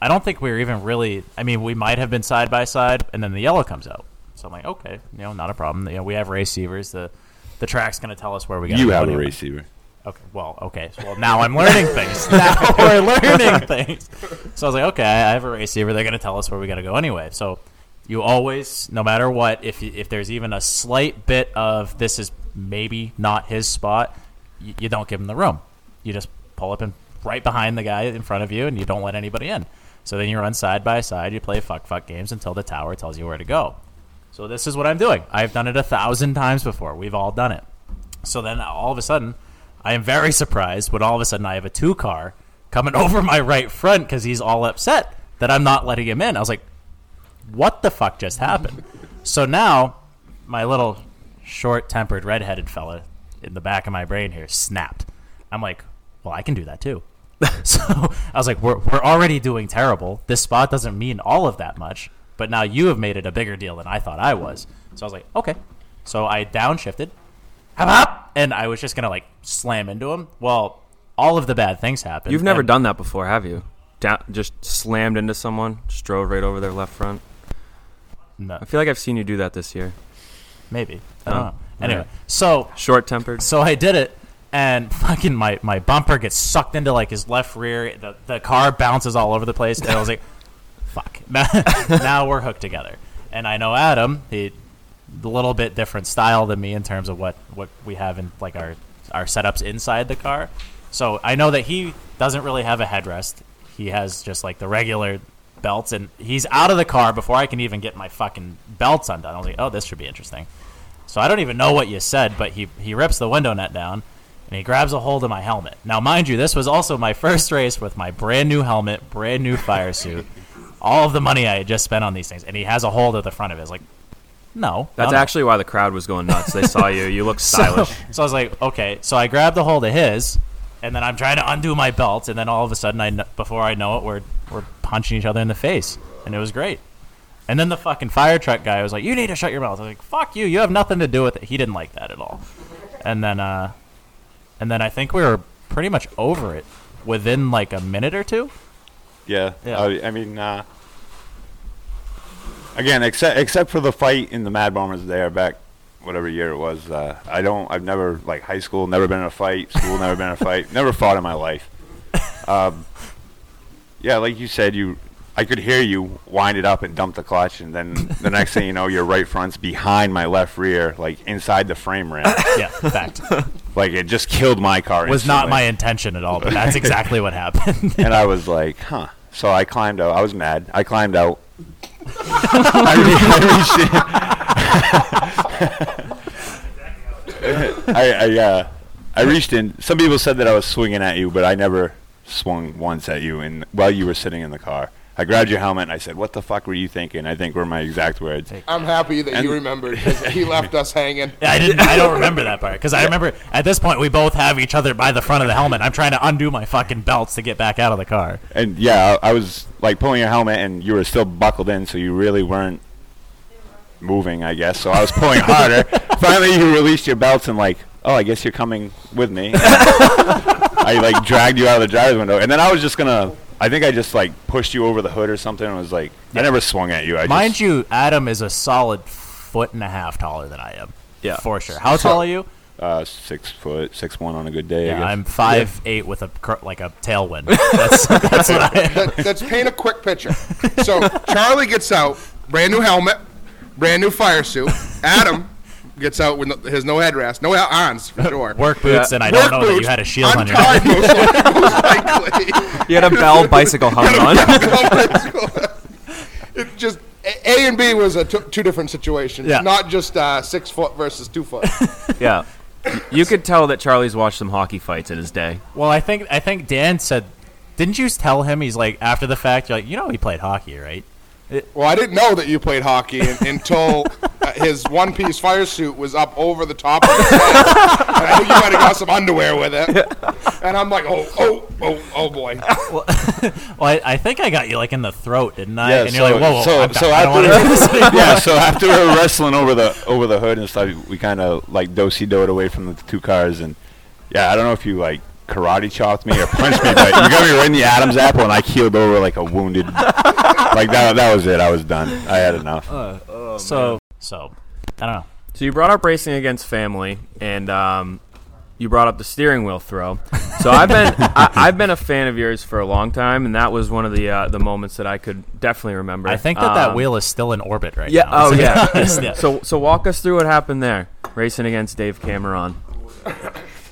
I don't think we were even really. I mean, we might have been side by side, and then the yellow comes out. So I'm like, okay, you know, not a problem. You know, we have receivers. The the track's going to tell us where we got.
You have a receiver.
Okay. Well, okay. So, Well, now I'm learning things. Now we're learning things. So I was like, okay, I have a receiver. They're going to tell us where we got to go anyway. So you always, no matter what, if you, if there's even a slight bit of this is maybe not his spot, you, you don't give him the room. You just pull up and right behind the guy in front of you, and you don't let anybody in. So then you run side by side. You play fuck fuck games until the tower tells you where to go. So this is what I'm doing. I've done it a thousand times before. We've all done it. So then all of a sudden, I am very surprised when all of a sudden I have a two car coming over my right front because he's all upset that I'm not letting him in. I was like, what the fuck just happened? so now my little short tempered redheaded fella in the back of my brain here snapped. I'm like, well, I can do that too. so I was like, we're, we're already doing terrible. This spot doesn't mean all of that much, but now you have made it a bigger deal than I thought I was. So I was like, okay. So I downshifted, hop, hop, and I was just going to like slam into him. Well, all of the bad things happened.
You've never
and-
done that before, have you? Down, just slammed into someone, just drove right over their left front.
No.
I feel like I've seen you do that this year.
Maybe. I don't
Oh,
know. Anyway,
alright.
so
short tempered.
So I did it, and fucking my, my bumper gets sucked into like his left rear. The the car bounces all over the place, and I was like, "Fuck!" Now, now we're hooked together. And I know Adam, he a little bit different style than me in terms of what what we have in like our our setups inside the car. So I know that he doesn't really have a headrest. He has just like the regular belts, and he's out of the car before I can even get my fucking belts undone. I was like, "Oh, this should be interesting." So I don't even know what you said, but he, he rips the window net down and he grabs a hold of my helmet. Now, mind you, this was also my first race with my brand new helmet, brand new fire suit, all of the money I had just spent on these things, and he has a hold of the front of it. It's like, no.
That's
no, no.
actually why the crowd was going nuts. They saw you. You look
So-
stylish.
So, I was like, okay. So I grabbed a hold of his, and then I'm trying to undo my belt, and then all of a sudden, I kn- before I know it, we're we're punching each other in the face, and it was great. And then the fucking fire truck guy was like, "You need to shut your mouth." I was like, "Fuck you! You have nothing to do with it." He didn't like that at all. And then, uh, and then I think we were pretty much over it within like a minute or two.
Yeah.
Yeah.
I, I mean, uh, again, except except for the fight in the Mad Bombers there back, whatever year it was. Uh, I don't. I've never like high school. Never been in a fight. School. never been in a fight. Never fought in my life. Um, yeah, like you said, you. I could hear you wind it up and dump the clutch, and then the next thing you know, your right front's behind my left rear, like inside the frame rim.
Yeah, fact.
like it just killed my car.
was not
instantly
my intention at all, but that's exactly what happened.
and I was like, huh. So I climbed out. I was mad. I climbed out. I, re- I reached in. I, I, uh, I reached in. Some people said that I was swinging at you, but I never swung once at you. And while you were sitting in the car, I grabbed your helmet and I said, "What the fuck were you thinking?" I think were my exact words.
I'm happy that
And-
you remembered 'cause he left us hanging.
I didn't. I don't remember that part because I remember at this point we both have each other by the front of the helmet. I'm trying to undo my fucking belts to get back out of the car.
And yeah, I, I was like pulling your helmet, and you were still buckled in, so you really weren't moving, I guess. So I was pulling harder. Finally, you released your belts, and like, oh, I guess you're coming with me. I like dragged you out of the driver's window, and then I was just gonna. I think I just like pushed you over the hood or something, and was like, I never swung at you. I
Mind
just,
you, Adam is a solid foot and a half taller than I am. Yeah, for sure. How
So-
tall are you?
uh, six foot, six one on a good day. I
Yeah,
guess.
I'm five eight with a cur- like a tailwind. That's, that's what I am.
Let, let's paint a quick picture. So Charlie gets out, brand new helmet, brand new fire suit. Adam gets out with no, his no headrest, no ons for sure.
Work boots, and I don't know that you had a shield on your
untied, most
head.
li- most likely.
You had a bell bicycle hung
on. it just A A and B was a t- two different situations,
Yeah.
not just uh, six foot versus two foot.
yeah. You could tell that Charlie's watched some hockey fights in his day.
Well, I think I think Dan said, didn't you tell him he's like after the fact? You're like, you know, he played hockey, right?
Well, I didn't know that you played hockey un until uh, his one piece fire suit was up over the top of his head. and I think you might have got some underwear with it. And I'm like, oh, oh, oh, oh boy.
Well, I, I think I got you like in the throat, didn't I?
Yeah,
and you're like, whoa, whoa,
so,
I'm
so
done. I don't
after
wanna do this anymore."
yeah, so after we were wrestling over the over the hood and stuff, we kind of like do si do away from the two cars, and yeah, I don't know if you like karate chopped me or punched me, but you got me right in the Adam's apple, and I keeled over like a wounded. like that, that was it. I was done. I had enough.
Oh,
so so I don't know.
So you brought up racing against family, and um, you brought up the steering wheel throw. So I've been I, I've been a fan of yours for a long time, and that was one of the uh, the moments that I could definitely remember.
I think that that
Um,
wheel is still in orbit right
yeah.
now.
Oh yeah.
Yeah.
So so walk us through what happened there, racing against Dave Cameron.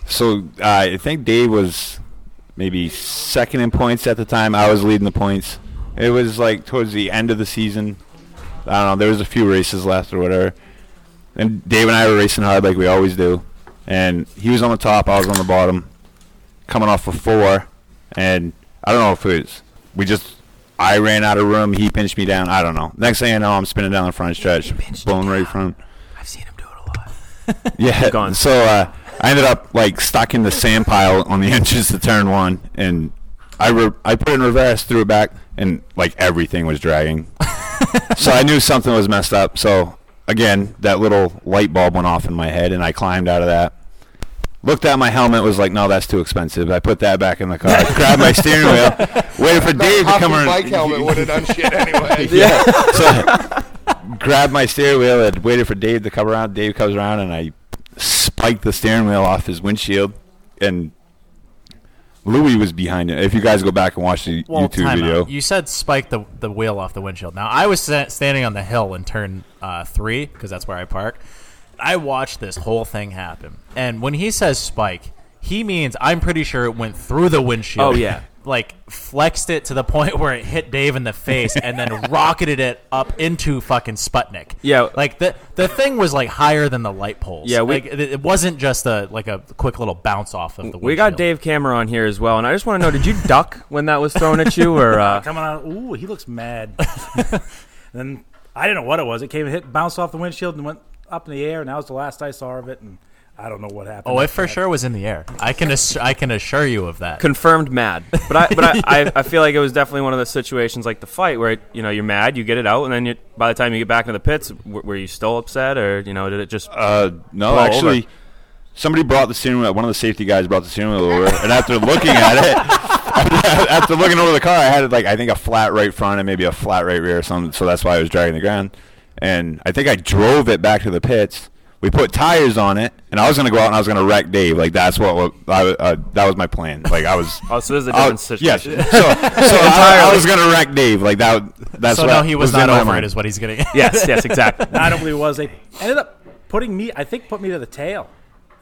So uh, I think Dave was maybe second in points at the time. I was leading the points. It was like towards the end of the season. I don't know. There was a few races left or whatever. And Dave and I were racing hard like we always do. And he was on the top. I was on the bottom, coming off for four. And I don't know if it was we just. I ran out of room. He pinched me down. I don't know. Next thing I know, I'm spinning down the front stretch, blown right front. Yeah. So uh, I ended up like stuck in the sand pile on the entrance to turn one, and I re- I put it in reverse, threw it back, and like everything was dragging. so I knew something was messed up. So again, that little light bulb went off in my head, and I climbed out of that. Looked at my helmet, was like, no, that's too expensive. I put that back in the car, grabbed my steering wheel, waited for
That
Dave to
hockey
come around.
bike helmet would have done shit anyway.
yeah. so grabbed my steering wheel and waited for Dave to come around. Dave comes around and I spiked the steering wheel off his windshield and Louis was behind it. If you guys go back and watch the
Well,
YouTube
timeout.
video.
You said spike the the wheel off the windshield. Now I was sta- standing on the hill in turn uh, three because that's where I park. I watched this whole thing happen, and when he says spike, he means I'm pretty sure it went through the windshield.
Oh, yeah.
like flexed it to the point where it hit Dave in the face, and then rocketed it up into fucking Sputnik.
Yeah.
like the the thing was like higher than the light poles.
Yeah, we-
like, it, it wasn't just a like a quick little bounce off of the.
We got Dave Cameron here as well, and I just want to know: Did you duck when that was thrown at you, or uh,
coming out. Ooh, he looks mad. then I didn't know what it was. It came and hit, bounced off the windshield, and went up in the air. And that was the last I saw of it. And I don't know what happened.
Oh, it
after
for
that.
sure was in the air. I can ass- I can assure you of that.
confirmed mad. But I but I, I, I feel like it was definitely one of those situations like the fight where you know you're mad, you get it out, and then you, by the time you get back into the pits, w- were you still upset or you know did it just
uh, No,
blow
actually,
over?
somebody brought the steering wheel. One of the safety guys brought the steering wheel over, and after looking at it, after looking over the car, I had like I think a flat right front and maybe a flat right rear or something. So that's why I was dragging the ground. And I think I drove it back to the pits. We put tires on it, and I was gonna go out and I was gonna wreck Dave. Like that's what, what I, uh, that was my plan. Like I was.
Oh, so this is a
I-
different situation.
uh, Yes. So, so I, I was gonna wreck Dave. Like that. That's
so
what
no, he was,
in
not
my
over it,
mind.
is what he's getting. at.
I don't believe it was. They ended up putting me. I think put me to the tail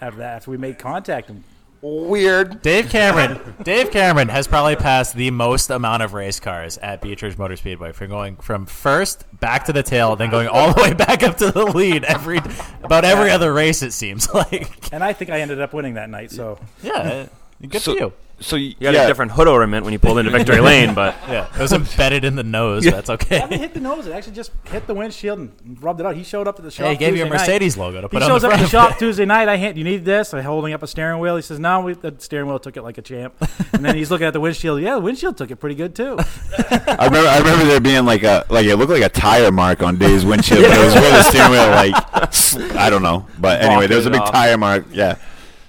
after that. After we made contact. And
Weird.
Dave Cameron. Dave Cameron has probably passed the most amount of race cars at Beatrice Motor Speedway for going from first back to the tail, then going all the way back up to the lead every about every other race. It seems like.
And I think I ended up winning that night. So
Yeah, good
So-
for you.
So you
got a different hood ornament when you pulled into victory lane, but
yeah, it was embedded in the nose. But that's okay.
I haven't hit the nose. It actually just hit the windshield and rubbed it out. He showed up at the shop.
he gave you a
Tuesday night.
Mercedes logo to put
he
on the
shows up at the
front of
shop Tuesday night. I hand, you need this? I'm holding up a steering wheel. He says, no, we, the steering wheel took it like a champ. And then he's looking at the windshield. Yeah, the windshield took it pretty good too.
I remember, I remember there being like a like it looked like a tire mark on Dave's windshield, but it was where the steering wheel like sl- I don't know. But anyway, there was a big
Walked it off.
tire mark. Yeah,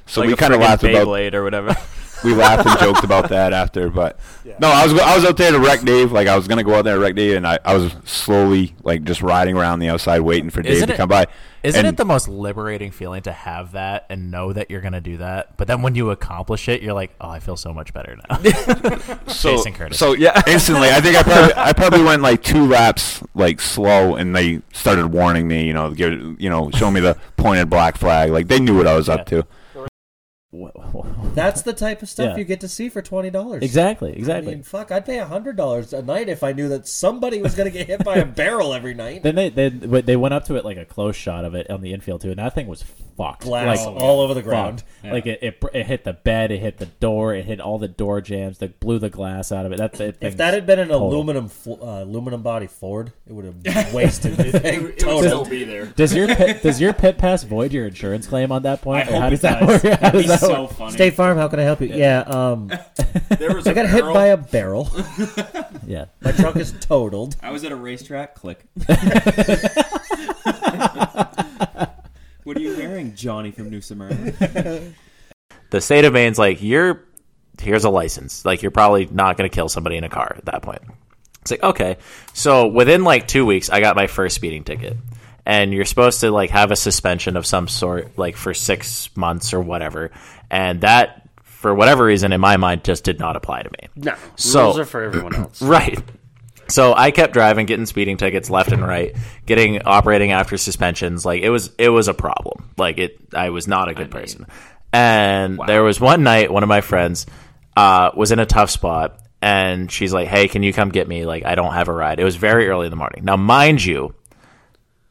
so
Like
we
a
kind of
friggin'
laughed about
Beyblade or whatever.
we laughed and joked about that after, but no, I was I was out there to wreck Dave. Like I was gonna go out there to wreck Dave, and I, I was slowly like just riding around the outside waiting for Dave
Isn't
to
it-
come by.
Isn't
and
it the most liberating feeling to have that and know that you're going to do that? But then when you accomplish it, you're like, oh, I feel so much better now.
so,
Jason Curtis.
So yeah, instantly. I think I probably I probably went like two laps like slow, and they started warning me. You know, give you know, show me the pointed black flag. Like they knew what I was up to.
That's the type of stuff
Yeah.
you get to see for twenty dollars.
Exactly, exactly.
I mean, fuck, I'd pay hundred dollars a night if I knew that somebody was going to get hit by a barrel every night.
Then they, they but they went up to it like a close shot of it on the infield too, and that thing was fucked.
Glass
like,
all over the
fucked.
ground.
Yeah.
Like it, it, it hit the bed, it hit the door, it hit all the door jams, that blew the glass out of it. That, that
If
thing's
that had been an
total.
aluminum fl- uh, aluminum body Ford, it would have wasted the thing. totally.
Does your pit, does your pit pass void your insurance claim on that point?
I
Or
hope
how
it
does that
does.
work? How
That'd
does
be
that
so
work?
funny.
Stay
State Farm, how can I help you?
Yeah, um,
There was a I got hit barrel. by a barrel.
yeah,
My truck is totaled.
I was at a racetrack. Click. what are you wearing, Johnny from New Smyrna?
the state of Maine's like, you're here's a license. Like you're probably not going to kill somebody in a car at that point. It's like okay. So within like two weeks, I got my first speeding ticket, and you're supposed to like have a suspension of some sort, like for six months or whatever. And that, for whatever reason, in my mind, just did not apply to me.
No,
So-
rules are for everyone else.
right. So I kept driving, getting speeding tickets left and right, getting operating after suspensions. Like it was, it was a problem. Like it, I was not a good person. And there was one night, one of my friends uh, was in a tough spot, and she's like, "Hey, can you come get me? Like I don't have a ride." It was very early in the morning. Now, mind you,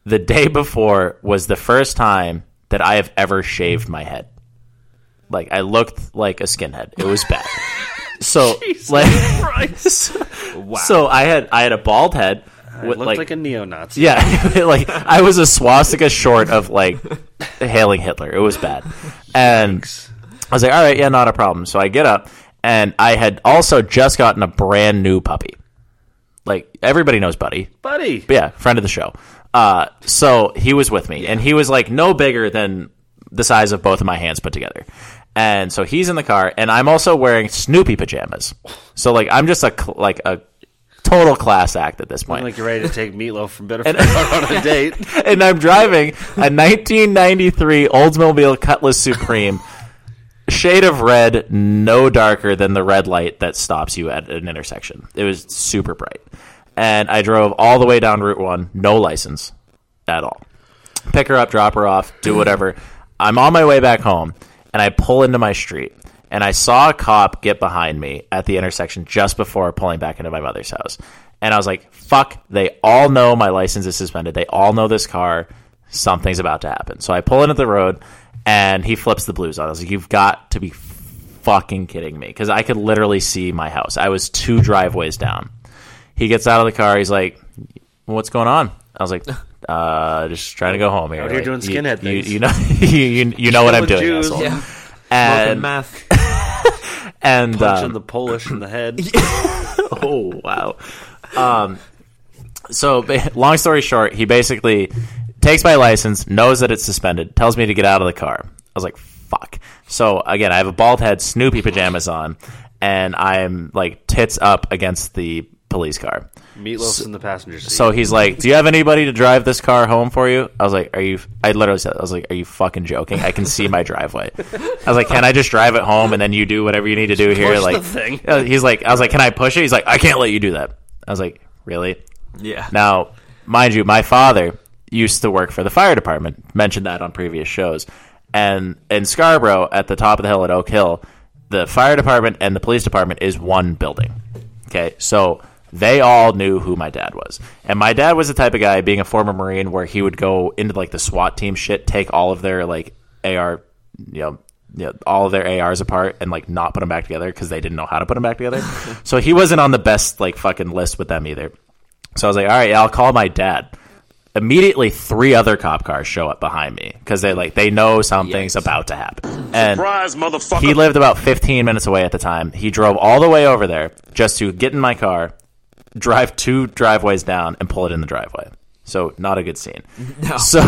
the day before was the first time that I have ever shaved my head. Like I looked like a skinhead. It was bad. so like So I had I had a bald head
I
with
looked
like,
like, a neo-Nazi.
yeah, like I was a swastika short of like hailing Hitler. It was bad, and I was like, all right, yeah, not a problem. So I get up, and I had also just gotten a brand new puppy. Like everybody knows Buddy.
Buddy.
But yeah, friend of the show. Uh, so he was with me, and he was like no bigger than the size of both of my hands put together. And so he's in the car, and I'm also wearing Snoopy pajamas. So like I'm just a cl- like a total class act at this point.
Like you're ready to take meatloaf from Bitter on a date.
and I'm driving a 1993 Oldsmobile Cutlass Supreme, shade of red, no darker than the red light that stops you at an intersection. It was super bright. And I drove all the way down Route 1, no license at all. Pick her up, drop her off, do whatever. I'm on my way back home, and I pull into my street. And I saw a cop get behind me at the intersection just before pulling back into my mother's house. And I was like, fuck, they all know my license is suspended. They all know this car. Something's about to happen. So I pull into the road and he flips the blues on. I was like, you've got to be fucking kidding me. Cause I could literally see my house. I was two driveways down. He gets out of the car. He's like, what's going on? I was like, uh, just trying to go home here.
Out here
Like,
Oh, doing
you-
skinhead
you,
things.
You, know, you, you, you know what I'm doing.
Killing Jews.
asshole.
Yeah.
And
Smoking meth.
and
Punching
um,
the Polish in the head.
oh wow. Um, so, ba- long story short, he basically takes my license, knows that it's suspended, tells me to get out of the car. I was like, "Fuck!" So again, I have a bald head, Snoopy pajamas on, and I'm like tits up against the police car.
Meatloaf's in the passenger seat.
So he's like, "Do you have anybody to drive this car home for you?" I was like, "Are you?" f-" I literally said, "I was like, are you fucking joking? I can see my driveway." I was like, "Can I just drive it home and then you do whatever you need to do
Just
here?"
push
like,
the thing.
Uh, he's like, "I was like, can I push it?" He's like, "I can't let you do that." I was like, "Really?"
Yeah.
Now, mind you, my father used to work for the fire department. Mentioned that on previous shows, and in Scarborough, at the top of the hill at Oak Hill, the fire department and the police department is one building. Okay, so they all knew who my dad was. And my dad was the type of guy, being a former Marine, where he would go into like the SWAT team shit, take all of their like AR, you know, you know, all of their ARs apart and like not put them back together because they didn't know how to put them back together. so he wasn't on the best like fucking list with them either. So I was like, all right, yeah, I'll call my dad. Immediately, three other cop cars show up behind me because they like they know something's about to happen. And
Surprise, motherfucker.
he lived about 15 minutes away at the time. He drove all the way over there just to get in my car, drive two driveways down, and pull it in the driveway. So not a good scene.
No.
So,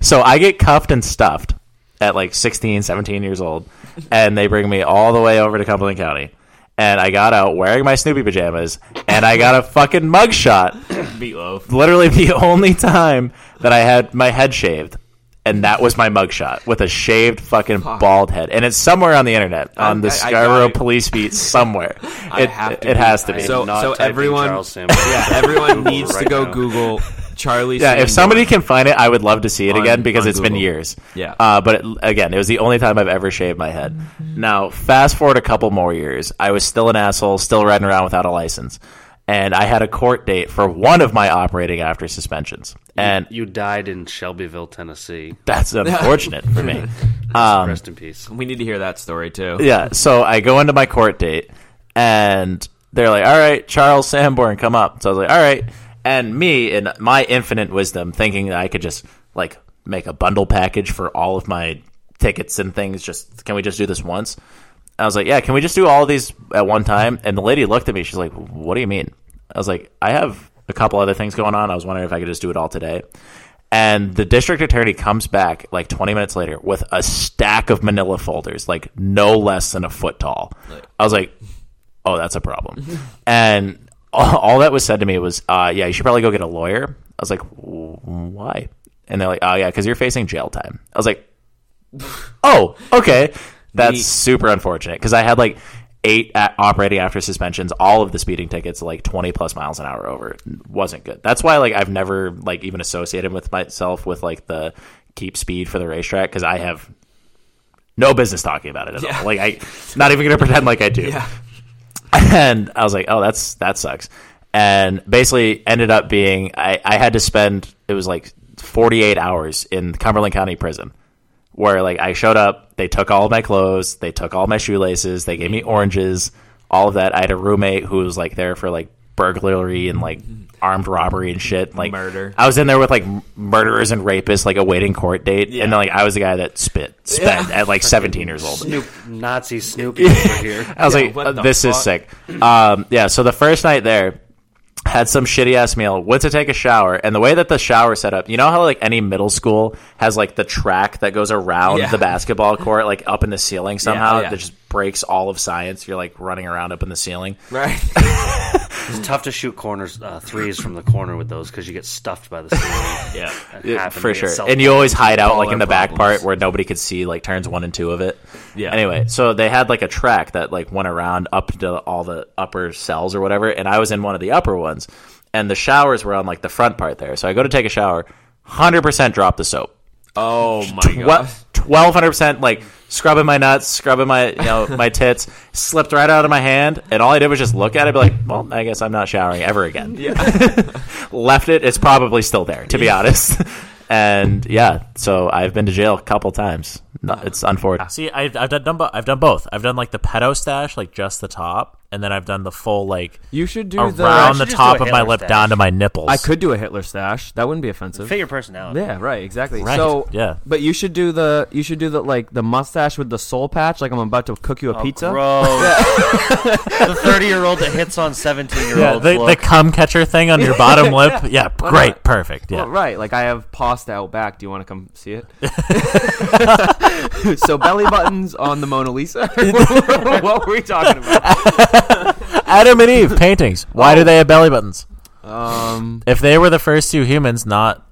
so I get cuffed and stuffed, at like 16, 17 years old, and they bring me all the way over to Cumberland County. And I got out wearing my Snoopy pajamas, and I got a fucking mugshot. Meatloaf. Literally the only time that I had my head shaved, and that was my mugshot with a shaved fucking bald head. And it's somewhere on the internet, on the
I- I got
Scarborough
it.
Police beat somewhere.
I
it
have to
it
be-
has to
I
be.
am So- not so typing everyone- Charles Sam yeah, Google everyone right needs to go now. Google Charlie
Yeah, if
Sam
somebody can find it, I would love to see it
On-
again because
on
it's been
Google.
years.
Yeah.
Uh, but it, again, it was the only time I've ever shaved my head. Now, fast forward a couple more years, I was still an asshole, still riding around without a license, and I had a court date for one of my operating after suspensions, and
you died in Shelbyville, Tennessee.
that's unfortunate for me. Um,
Rest in peace.
We need to hear that story too.
yeah, so I go into my court date, and they're like, "All right, Charles Sanborn, come up." So I was like, "All right," and me, in my infinite wisdom, thinking that I could just like make a bundle package for all of my tickets and things. Just can we just do this once? I was like, "Yeah, can we just do all these at one time?" And the lady looked at me. She's like, "What do you mean?" I was like, "I have a couple other things going on. I was wondering if I could just do it all today." And the district attorney comes back like 20 minutes later with a stack of manila folders, like no less than a foot tall. I was like, oh, that's a problem. and all, all that was said to me was, uh, yeah, you should probably go get a lawyer. I was like, why? And they're like, oh, yeah, because you're facing jail time. I was like, oh, okay. That's super unfortunate because I had like eight at operating after suspensions, all of the speeding tickets, like 20 plus miles an hour over. Wasn't good. That's why like I've never like even associated with myself with like the keep speed for the racetrack because I have no business talking about it at all. Like I, not even gonna pretend like I do. And I was like, oh, that's that sucks. And basically ended up being I, I had to spend it was like 48 hours in Cumberland County Prison, where like I showed up, they took all of my clothes, they took all my shoelaces, they gave me oranges, all of that. I had a roommate who was like there for like burglary and like armed robbery and shit, like
Murder.
I was in there with like m- murderers and rapists, like awaiting court date, and then like I was the guy that spit spent at like 17 years old.
Snoop, Nazi Snoopy over here.
I was
uh,
like, this is sick. Um, yeah, so the first night there, had some shitty ass meal, went to take a shower, and the way that the shower set up, you know how like any middle school has like the track that goes around
Yeah.
the basketball court, like up in the ceiling somehow
yeah.
that just breaks all of science. You're like running around up in the ceiling.
Right.
It's tough to shoot corners uh, threes from the corner with those because you get stuffed by the ceiling. That
Yeah,
happened to
for
be a
sure.
self-
And you always hide out like in
Baller
the back
problems.
part where nobody could see like turns one and two of it.
Yeah.
Anyway, so they had like a track that like went around up to all the upper cells or whatever, and I was in one of the upper ones, and the showers were on like the front part there. So I go to take a shower, hundred percent drop the soap.
Oh my god.
Twelve hundred percent, like scrubbing my nuts, scrubbing my you know my tits, slipped right out of my hand, and all I did was just look at it, and be like, well, I guess I'm not showering ever again. Left it. It's probably still there, to be honest. And yeah, so I've been to jail a couple times. No, it's unfortunate.
See, I've, I've done, done bo- I've done both. I've done like the pedo stash, like just the top, and then I've done the full like
You should do
around
the- I should
the
just
top
do a
of my
Hitler
lip
stash.
down to my nipples.
I could do a Hitler stash. That wouldn't be offensive.
Fit your personality.
Yeah, right. Exactly.
Right,
So
yeah.
but you should do the you should do the like the mustache with the soul patch. Like I'm about to cook
Oh,
you a pizza.
the thirty-year-old that hits on
Yeah,
seventeen-year-old.
the, the cum catcher thing on your bottom lip. Yeah,
Why
great,
not?
perfect. Yeah.
Well, right. Like I have pasta out back. Do you want to come see it? so belly buttons on the Mona Lisa. what were we talking about?
Adam and Eve paintings. Why do they have belly buttons?
Oh. Um,
if they were the first two humans, not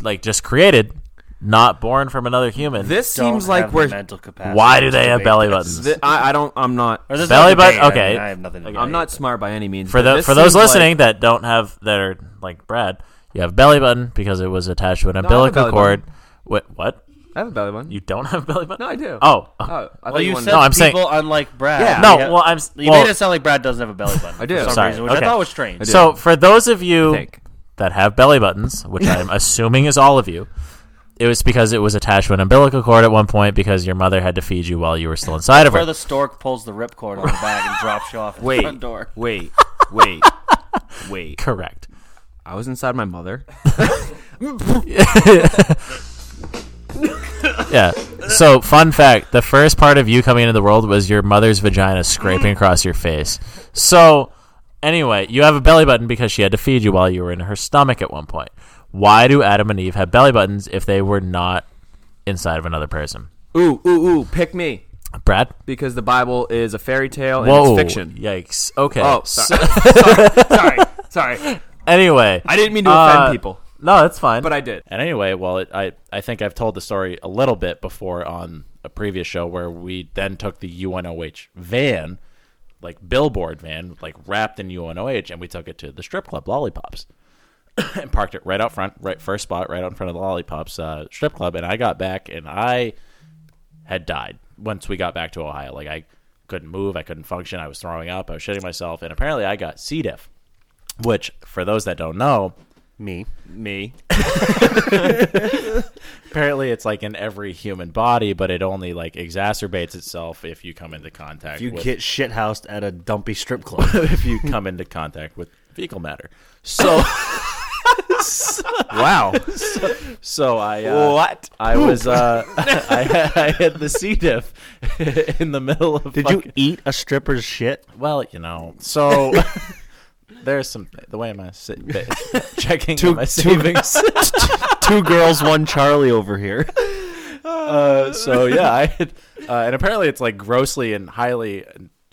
like just created, not born from another human.
This seems like we're
Why do they have belly buttons?
Th- I, I don't. I'm not
Or this is Belly not button- debate, I okay. mean, I have nothing to
Like,
debate,
I'm not smart by any means.
for
but
the,
this
for those
seems like-
listening that don't have that are like Brad, you have belly button because it was attached to an
No, I have a
umbilical
belly
cord. What? What?
I have a belly button.
You don't have a belly button?
No, I do.
Oh.
Oh, I thought
well, you
wanted-
said
No, I'm saying-
people unlike Brad.
Yeah. No,
You ha-
well, I'm s-
You
well-
made it sound like Brad doesn't have a belly button.
I do.
For some
Sorry.
reason, which
Okay.
I thought was strange.
So for those of you that have belly buttons, which I'm assuming is all of you, it was because it was attached to an umbilical cord at one point because your mother had to feed you while you were still inside of
where
her.
the stork pulls the ripcord on the bag and drops you off at
Wait,
the front door.
wait, wait, wait.
Correct.
I was inside my mother.
yeah. So, fun fact: the first part of you coming into the world was your mother's vagina scraping across your face. So, anyway, you have a belly button because she had to feed you while you were in her stomach at one point. Why do Adam and Eve have belly buttons if they were not inside of another person?
Ooh, ooh, ooh, pick me.
Brad?
Because the Bible is a fairy tale and
Whoa,
it's fiction.
Yikes. Okay.
Oh,
So-
sorry. sorry. Sorry. Sorry.
Anyway,
I didn't mean to offend
uh,
people.
No, that's fine.
But I did.
And anyway, well, it, I I think I've told the story a little bit before on a previous show where we then took the UNOH van, like billboard van, like wrapped in UNOH, and we took it to the strip club Lollipops, and parked it right out front, right first spot, right out in front of the Lollipops uh, strip club. And I got back, and I had died once we got back to Ohio. Like I couldn't move, I couldn't function, I was throwing up, I was shitting myself, and apparently I got C diff, which for those that don't know,
me,
me.
apparently it's like in every human body, but it only like exacerbates itself if you come into contact.
If you
with,
get shithoused at a dumpy strip club,
if you come into contact with fecal matter, so.
Wow.
So, so I uh,
What?
I was uh
Poop.
I, I had the C diff in the middle of
Did you eat a stripper's shit?
Well, you know. So there's some the way am I si- ba- checking
Two-
my
two-
savings.
Two girls, one Charlie over here.
uh, so yeah, I had, uh, and apparently it's like grossly and highly,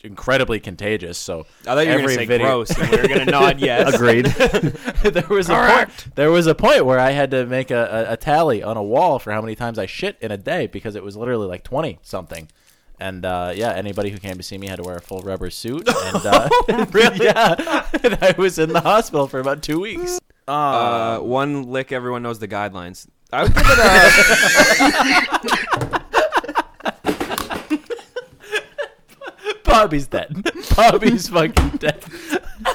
incredibly contagious. So
I thought you were gonna
every
say
video-
gross, and we were gonna nod yes. Agreed.
there was a point, there was a point where I had to make a, a, a tally on a wall for how many times I shit in a day because it was literally like twenty something. And uh, yeah, anybody who came to see me had to wear a full rubber suit. And, uh, really? Yeah, and I was in the hospital for about two weeks.
Uh, one lick. Everyone knows the guidelines. I would give it
Bobby's dead. Bobby's fucking dead.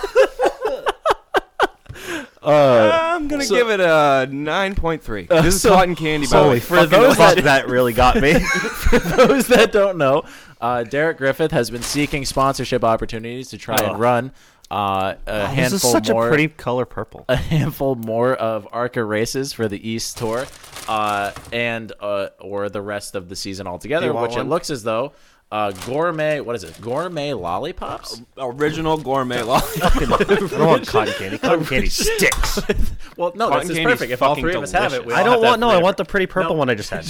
Uh, I'm gonna give it a nine point three.
Uh,
This is
so-
cotton candy.
so
by the way.
for
Fucking
those
love
that-
it.
That really got me.
for those that don't know, uh, Derek Griffith has been seeking sponsorship opportunities to try
Oh.
and run uh, a
Oh,
handful
this is such a
more,
pretty color purple.
a handful more of ARCA races for the East Tour, uh, and uh, or the rest of the season
Do
altogether,
you want
which it
one?
looks as though. Uh, gourmet, what is it? Gourmet lollipops?
Uh, original gourmet lollipops.
I
don't want cotton candy. Cotton candy sticks.
well, no,
Cotton
this is
candy's
perfect. If all
fucking
three of us have it, we
I
all
don't
have
want.
that
No, I
flavor.
want the pretty purple one I just had.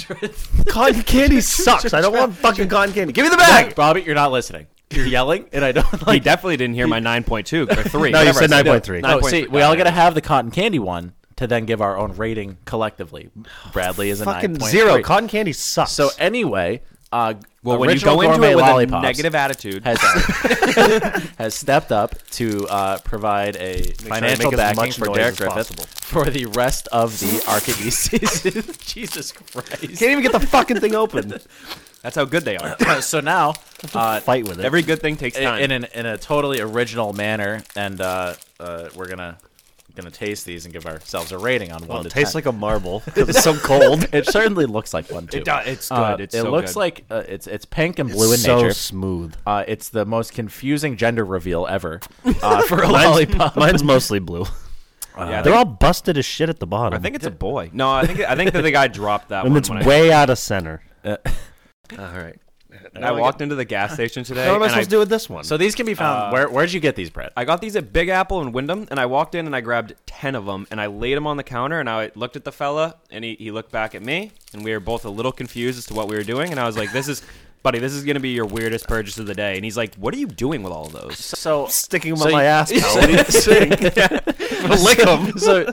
cotton candy sucks. I don't want fucking cotton candy. Give me the
Bobby,
bag.
Bobby, you're not listening. You're yelling, and I don't like.
He definitely didn't hear my nine point two or three.
No, you
whatever I
said 9.3.
No,
9.3.
Oh, see, we all got to have the cotton candy one to then give our own rating collectively. Bradley is a
Fucking
9.3.
zero. Cotton candy sucks.
So anyway, uh,
Well, when you
original
go into
gourmet
it with a
lollipops
negative attitude,
has, has stepped up to uh, provide a
sure I
financial
make as
backing
much
for
noise
Derek
as
Griffith
possible.
for the rest of the Arca East season. Jesus Christ! Can't
even get the fucking thing open.
That's how good they are.
so now, uh,
fight with it.
Every good thing takes
in-
time.
in an, in a totally original manner, and uh, uh, we're gonna gonna taste these and give ourselves a rating on one.
Well,
to
it tastes
10.
like a marble 'cause it's so cold.
it certainly looks like one too.
It does. It's
Uh,
good. It's
it
so
looks
good.
like uh, it's it's pink and
It's
blue in
so
nature.
smooth.
Uh, it's the most confusing gender reveal ever uh, for a lollipop.
Mine's mostly blue. Uh,
Yeah, I
They're
think-
all busted as shit at the bottom.
I think it's a boy. No, I think I think that the guy dropped that
and
one.
it's
when I-
way out of center.
All right.
Now
I
I
walked
get-
into the gas station today.
Now what am I
and Uh,
supposed to do with this one?
So these can be found. where where'd you get these, Brett?
I got these at Big Apple and Wyndham, and I walked in and I grabbed ten of them, and I laid them on the counter, and I looked at the fella, and he, he looked back at me, and we were both a little confused as to what we were doing, and I was like, "This is, buddy, this is gonna be your weirdest purchase of the day," and he's like, "What are you doing with all of those?"
So
sticking
so you-
pal. What do you think? Lick 'em.
So,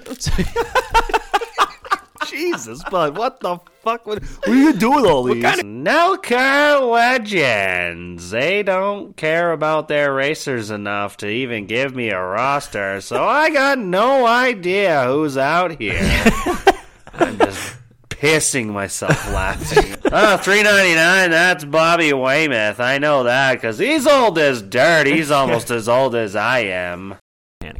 Jesus, bud, what the fuck? What, what are you doing all these?
No car legends. They don't care about their racers enough to even give me a roster, so I got no idea who's out here. I'm just pissing myself laughing. Oh, three ninety nine. That's Bobby Weymouth. I know that because he's old as dirt. He's almost as old as I am.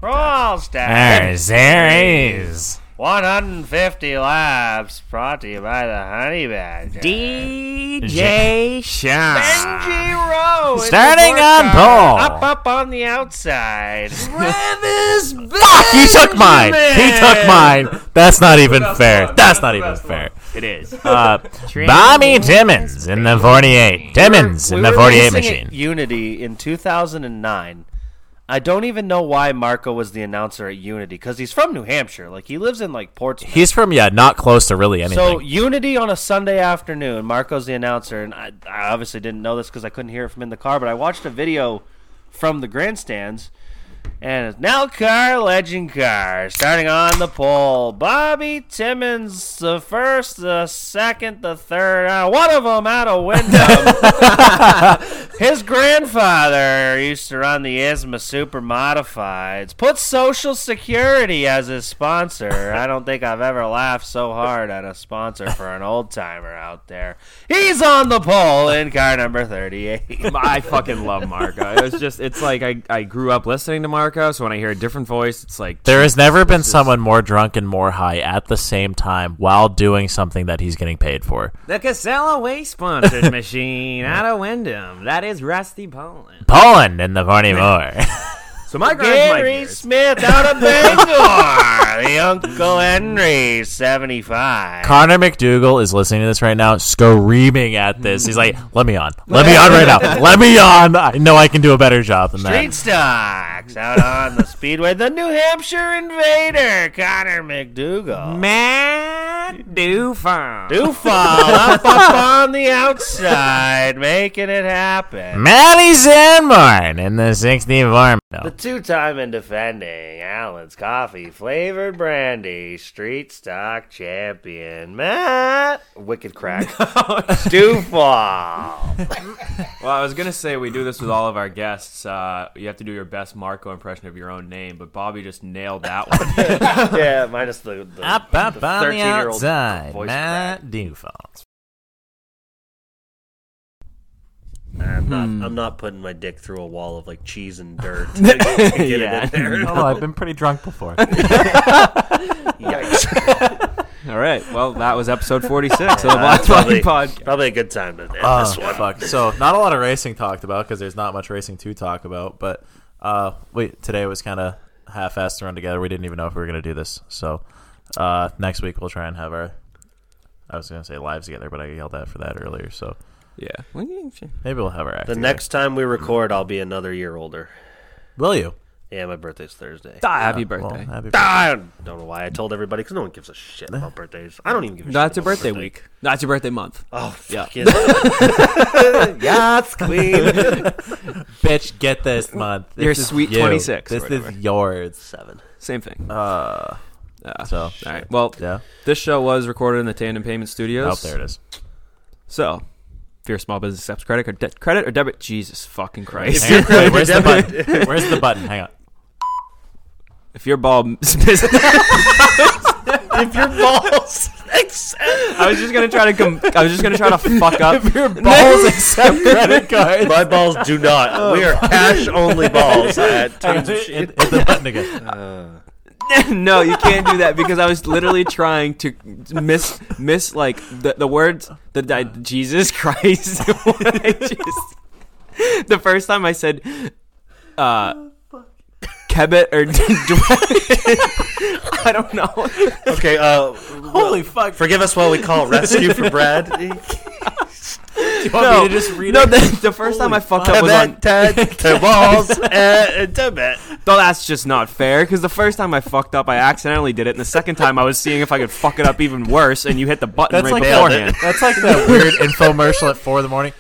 Roll stats.
is.
150 laps brought to you by the Honey Badger.
DJ Shaw.
Benji Rowe. is the
Starting
fourth
on
car,
pole.
Up, up on the outside. Travis
Fuck, he took mine. He took mine. That's not even fair. That's not even fair.
It is.
Uh, Bobby Timmons in the 48. Timmons in the
were
48
racing at
machine.
Unity in 2009. I don't even know why Marco was the announcer at Unity because he's from New Hampshire. Like he lives in like Portsmouth.
He's from yeah, not close to really anything.
So Unity on a Sunday afternoon, Marco's the announcer, and I, I obviously didn't know this because I couldn't hear it from in the car. But I watched a video from the grandstands, and it's now car legend car starting on the pole. Bobby Timmons, the first, the second, the third, uh, one of them out of Wyndham. His grandfather used to run the ISMA Super Modifieds. Put Social Security as his sponsor. I don't think I've ever laughed so hard at a sponsor for an old timer out there. He's on the pole in car number 38.
I fucking love Marco. It was just, it's like I, I grew up listening to Marco, so when I hear a different voice, it's like
There has never been
this is-
someone more drunk and more high at the same time while doing something that he's getting paid for.
The Casella Waste Sponsors Machine out of Wyndham. That is Rusty Poland.
Poland and the Barney Moore.
So my
Gary Smith out of Bangor, the Uncle Henry, seventy-five.
Connor McDougal is listening to this right now, screaming at this. He's like, "Let me on, let me on right now, let me on." I know I can do a better job than that.
Street Stocks out on the speedway, the New Hampshire Invader, Connor McDougal.
Man, Dufon.
Dufon up, up on the outside, making it happen.
Maddie Sandborn in the 16th arm.
The two-time and defending Allen's Coffee flavored brandy street stock champion Matt Wicked Crack Dufall.
Well, I was gonna say we do this with all of our guests. Uh, you have to do your best Marco impression of your own name, but Bobby just nailed that one.
yeah, minus the, the
Up, up on the
13-year-old
outside,
voice
Matt Dufall.
I'm not.
Hmm.
I'm not putting my dick through a wall of like cheese and dirt. to get it
Yeah.
in there.
Oh, I've been pretty drunk before.
Yikes.
All right. Well, that was episode 46 of the
Yeah,
Black
that's probably,
Flag Pod.
Probably a good time to end
Oh,
this one.
fuck. So, not a lot of racing talked about because there's not much racing to talk about. But uh, wait, today was kind of half-assed to run together. We didn't even know if we were going to do this. So, uh, next week we'll try and have our. I was going to say lives together, but I yelled at for that earlier. So,
yeah,
maybe we'll have our act.
The
together.
next time we record, I'll be another year older.
Will you? Uh,
Yeah, my birthday's Thursday.
Ah, happy
Yeah,
birthday.
happy
Ah, I don't know why I told everybody because no one gives a shit about birthdays. I don't even give a
That's
shit.
your
about
birthday week. That's your birthday month.
Oh,
yeah.
fuck it. Yachts, queen.
Bitch, get this month. This
Your
is
sweet
you.
26 or
This is
whatever.
yours.
Seven.
Same thing.
Uh, so all
right. Well,
yeah.
This show was recorded in the Tandem Payment Studios.
Oh, there it is.
So, if your small business accepts credit or de- credit or debit, Jesus fucking Christ!
Hang on. Wait, where's the button? Where's the button? Hang on.
If your ball,
if your balls
I was just gonna try to com- I was just gonna try to fuck up.
If your balls accept credit cards. Oh. My balls do not. We are cash only balls at Tunes of Shit. Uh.
no, you can't do that because I was literally trying to miss miss like the the words the, di Jesus Christ. What I just- the first time I said uh Kebet or Dwayne. I don't know.
Okay, uh
Holy fuck.
forgive us while we call rescue for Brad. Do
you want me to just read
no,
it?
The, the first time I fucked up was on No, that's just not fair. Because the first time I fucked up, I accidentally did it, and the second time I was seeing if I could fuck it up even worse. And you hit the button
That's like
right beforehand.
That's like that weird infomercial at four in the morning.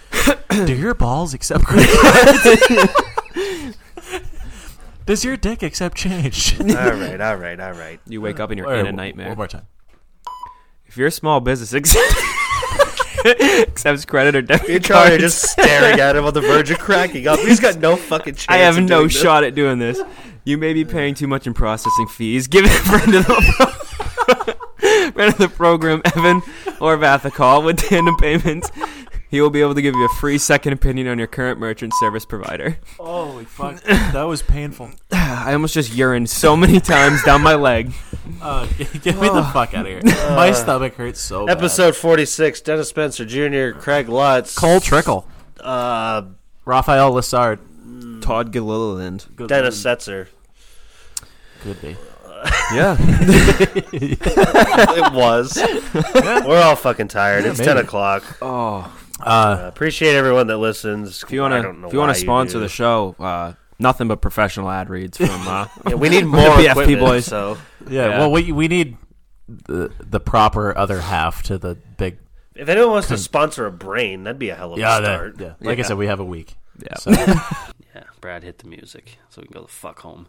Do your balls accept credit cards? Does your dick accept change?
all right, all right, all right.
You wake up and you're
Wait,
in a
one-
nightmare.
One more time.
If you're a small business, ex- accepts credit or debit
You're trying to
cards.
just staring at him on the verge of cracking up. He's got no fucking chance.
I have
of
no
doing this.
shot at doing this. You may be paying too much in processing fees. Give it a friend of the friend of the program, Evan or Vatha call with tandem payments. He will be able to give you a free second opinion on your current merchant service provider.
Holy fuck. That was painful.
I almost just urined so many times down my leg.
Uh, get get me the fuck out of here. My stomach hurts so bad.
Episode 46 Dennis Spencer Jr., Craig Lutz.
Cole Trickle.
Uh,
Raphael Lassard.
Todd Gilliland.
Dennis Setzer.
Could be.
Yeah.
it was. We're all fucking tired.
Yeah,
it's
maybe.
10 o'clock. Uh,
Oh.
appreciate everyone that listens.
If you want to, if you want to sponsor the show, uh, Nothing but professional ad reads from. Uh,
Yeah, we need
from
more
the BFP
equipment,
boys.
so-
Yeah, well, we we need the the proper other half to the big.
If anyone wants to sponsor a brain, that'd be a hell of
Yeah,
a
that-
start.
yeah. Like I said, we have a week. Yeah. So-
yeah, Brad hit the music, so we can go the fuck home.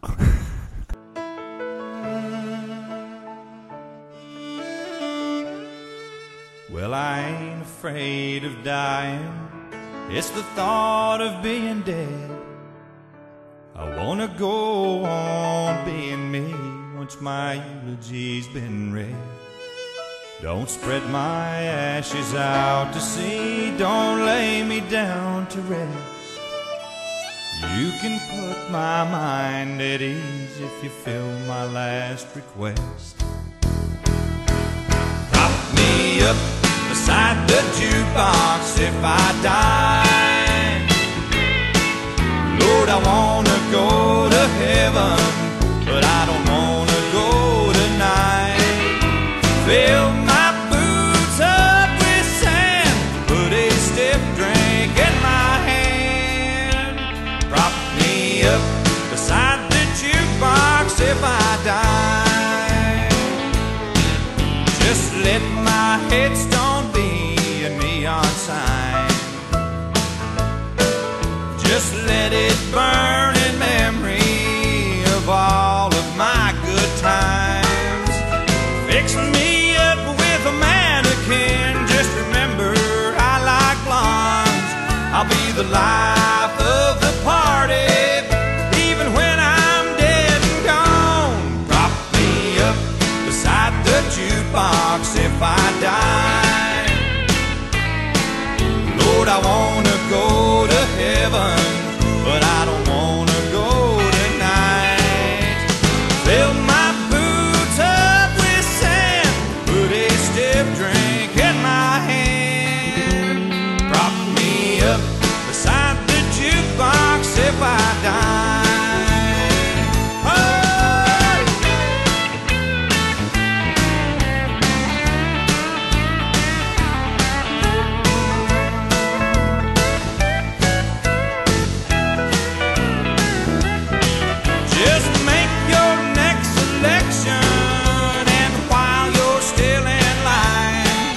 Well, I ain't afraid of dying. It's the thought of being dead. I wanna go on being me once my eulogy's been read. Don't spread my ashes out to sea. Don't lay me down to rest. You can put my mind at ease if you fill my last request. Prop me up beside the jukebox if I die. Lord, I wanna go to heaven, but I don't wanna go tonight. Fill my boots up with sand, put a stiff drink in my hand. Prop me up beside the jukebox if I die. Just let my headstone be a neon sign. Just let it burn in memory of all of my good times. Fix me up with a mannequin. Just remember I like blondes. I'll be the life of the party. Even when I'm dead and gone, prop me up beside the jukebox if I die. Lord, I wanna go to heaven, but I don't wanna go tonight. Fill my boots up with sand, put a stiff drink in my hand. Prop me up beside the jukebox if I die. Hey! Just make your next selection, and while you're still in line,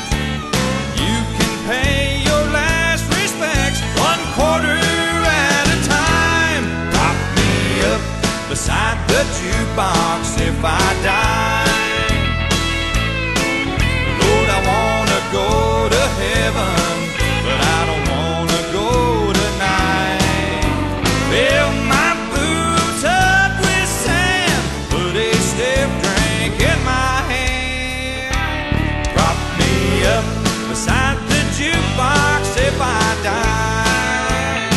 you can pay your last respects one quarter at a time. Prop me up beside the jukebox if I die. Lord, I wanna go to heaven, but I don't wanna go tonight. Fill my boots up with sand, put a stiff drink in my hand. Prop me up beside the jukebox if I die.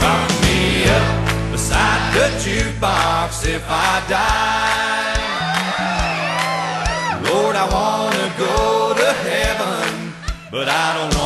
Prop me up beside the jukebox if I die. Lord, I wanna go to heaven, but I don't want. Oh,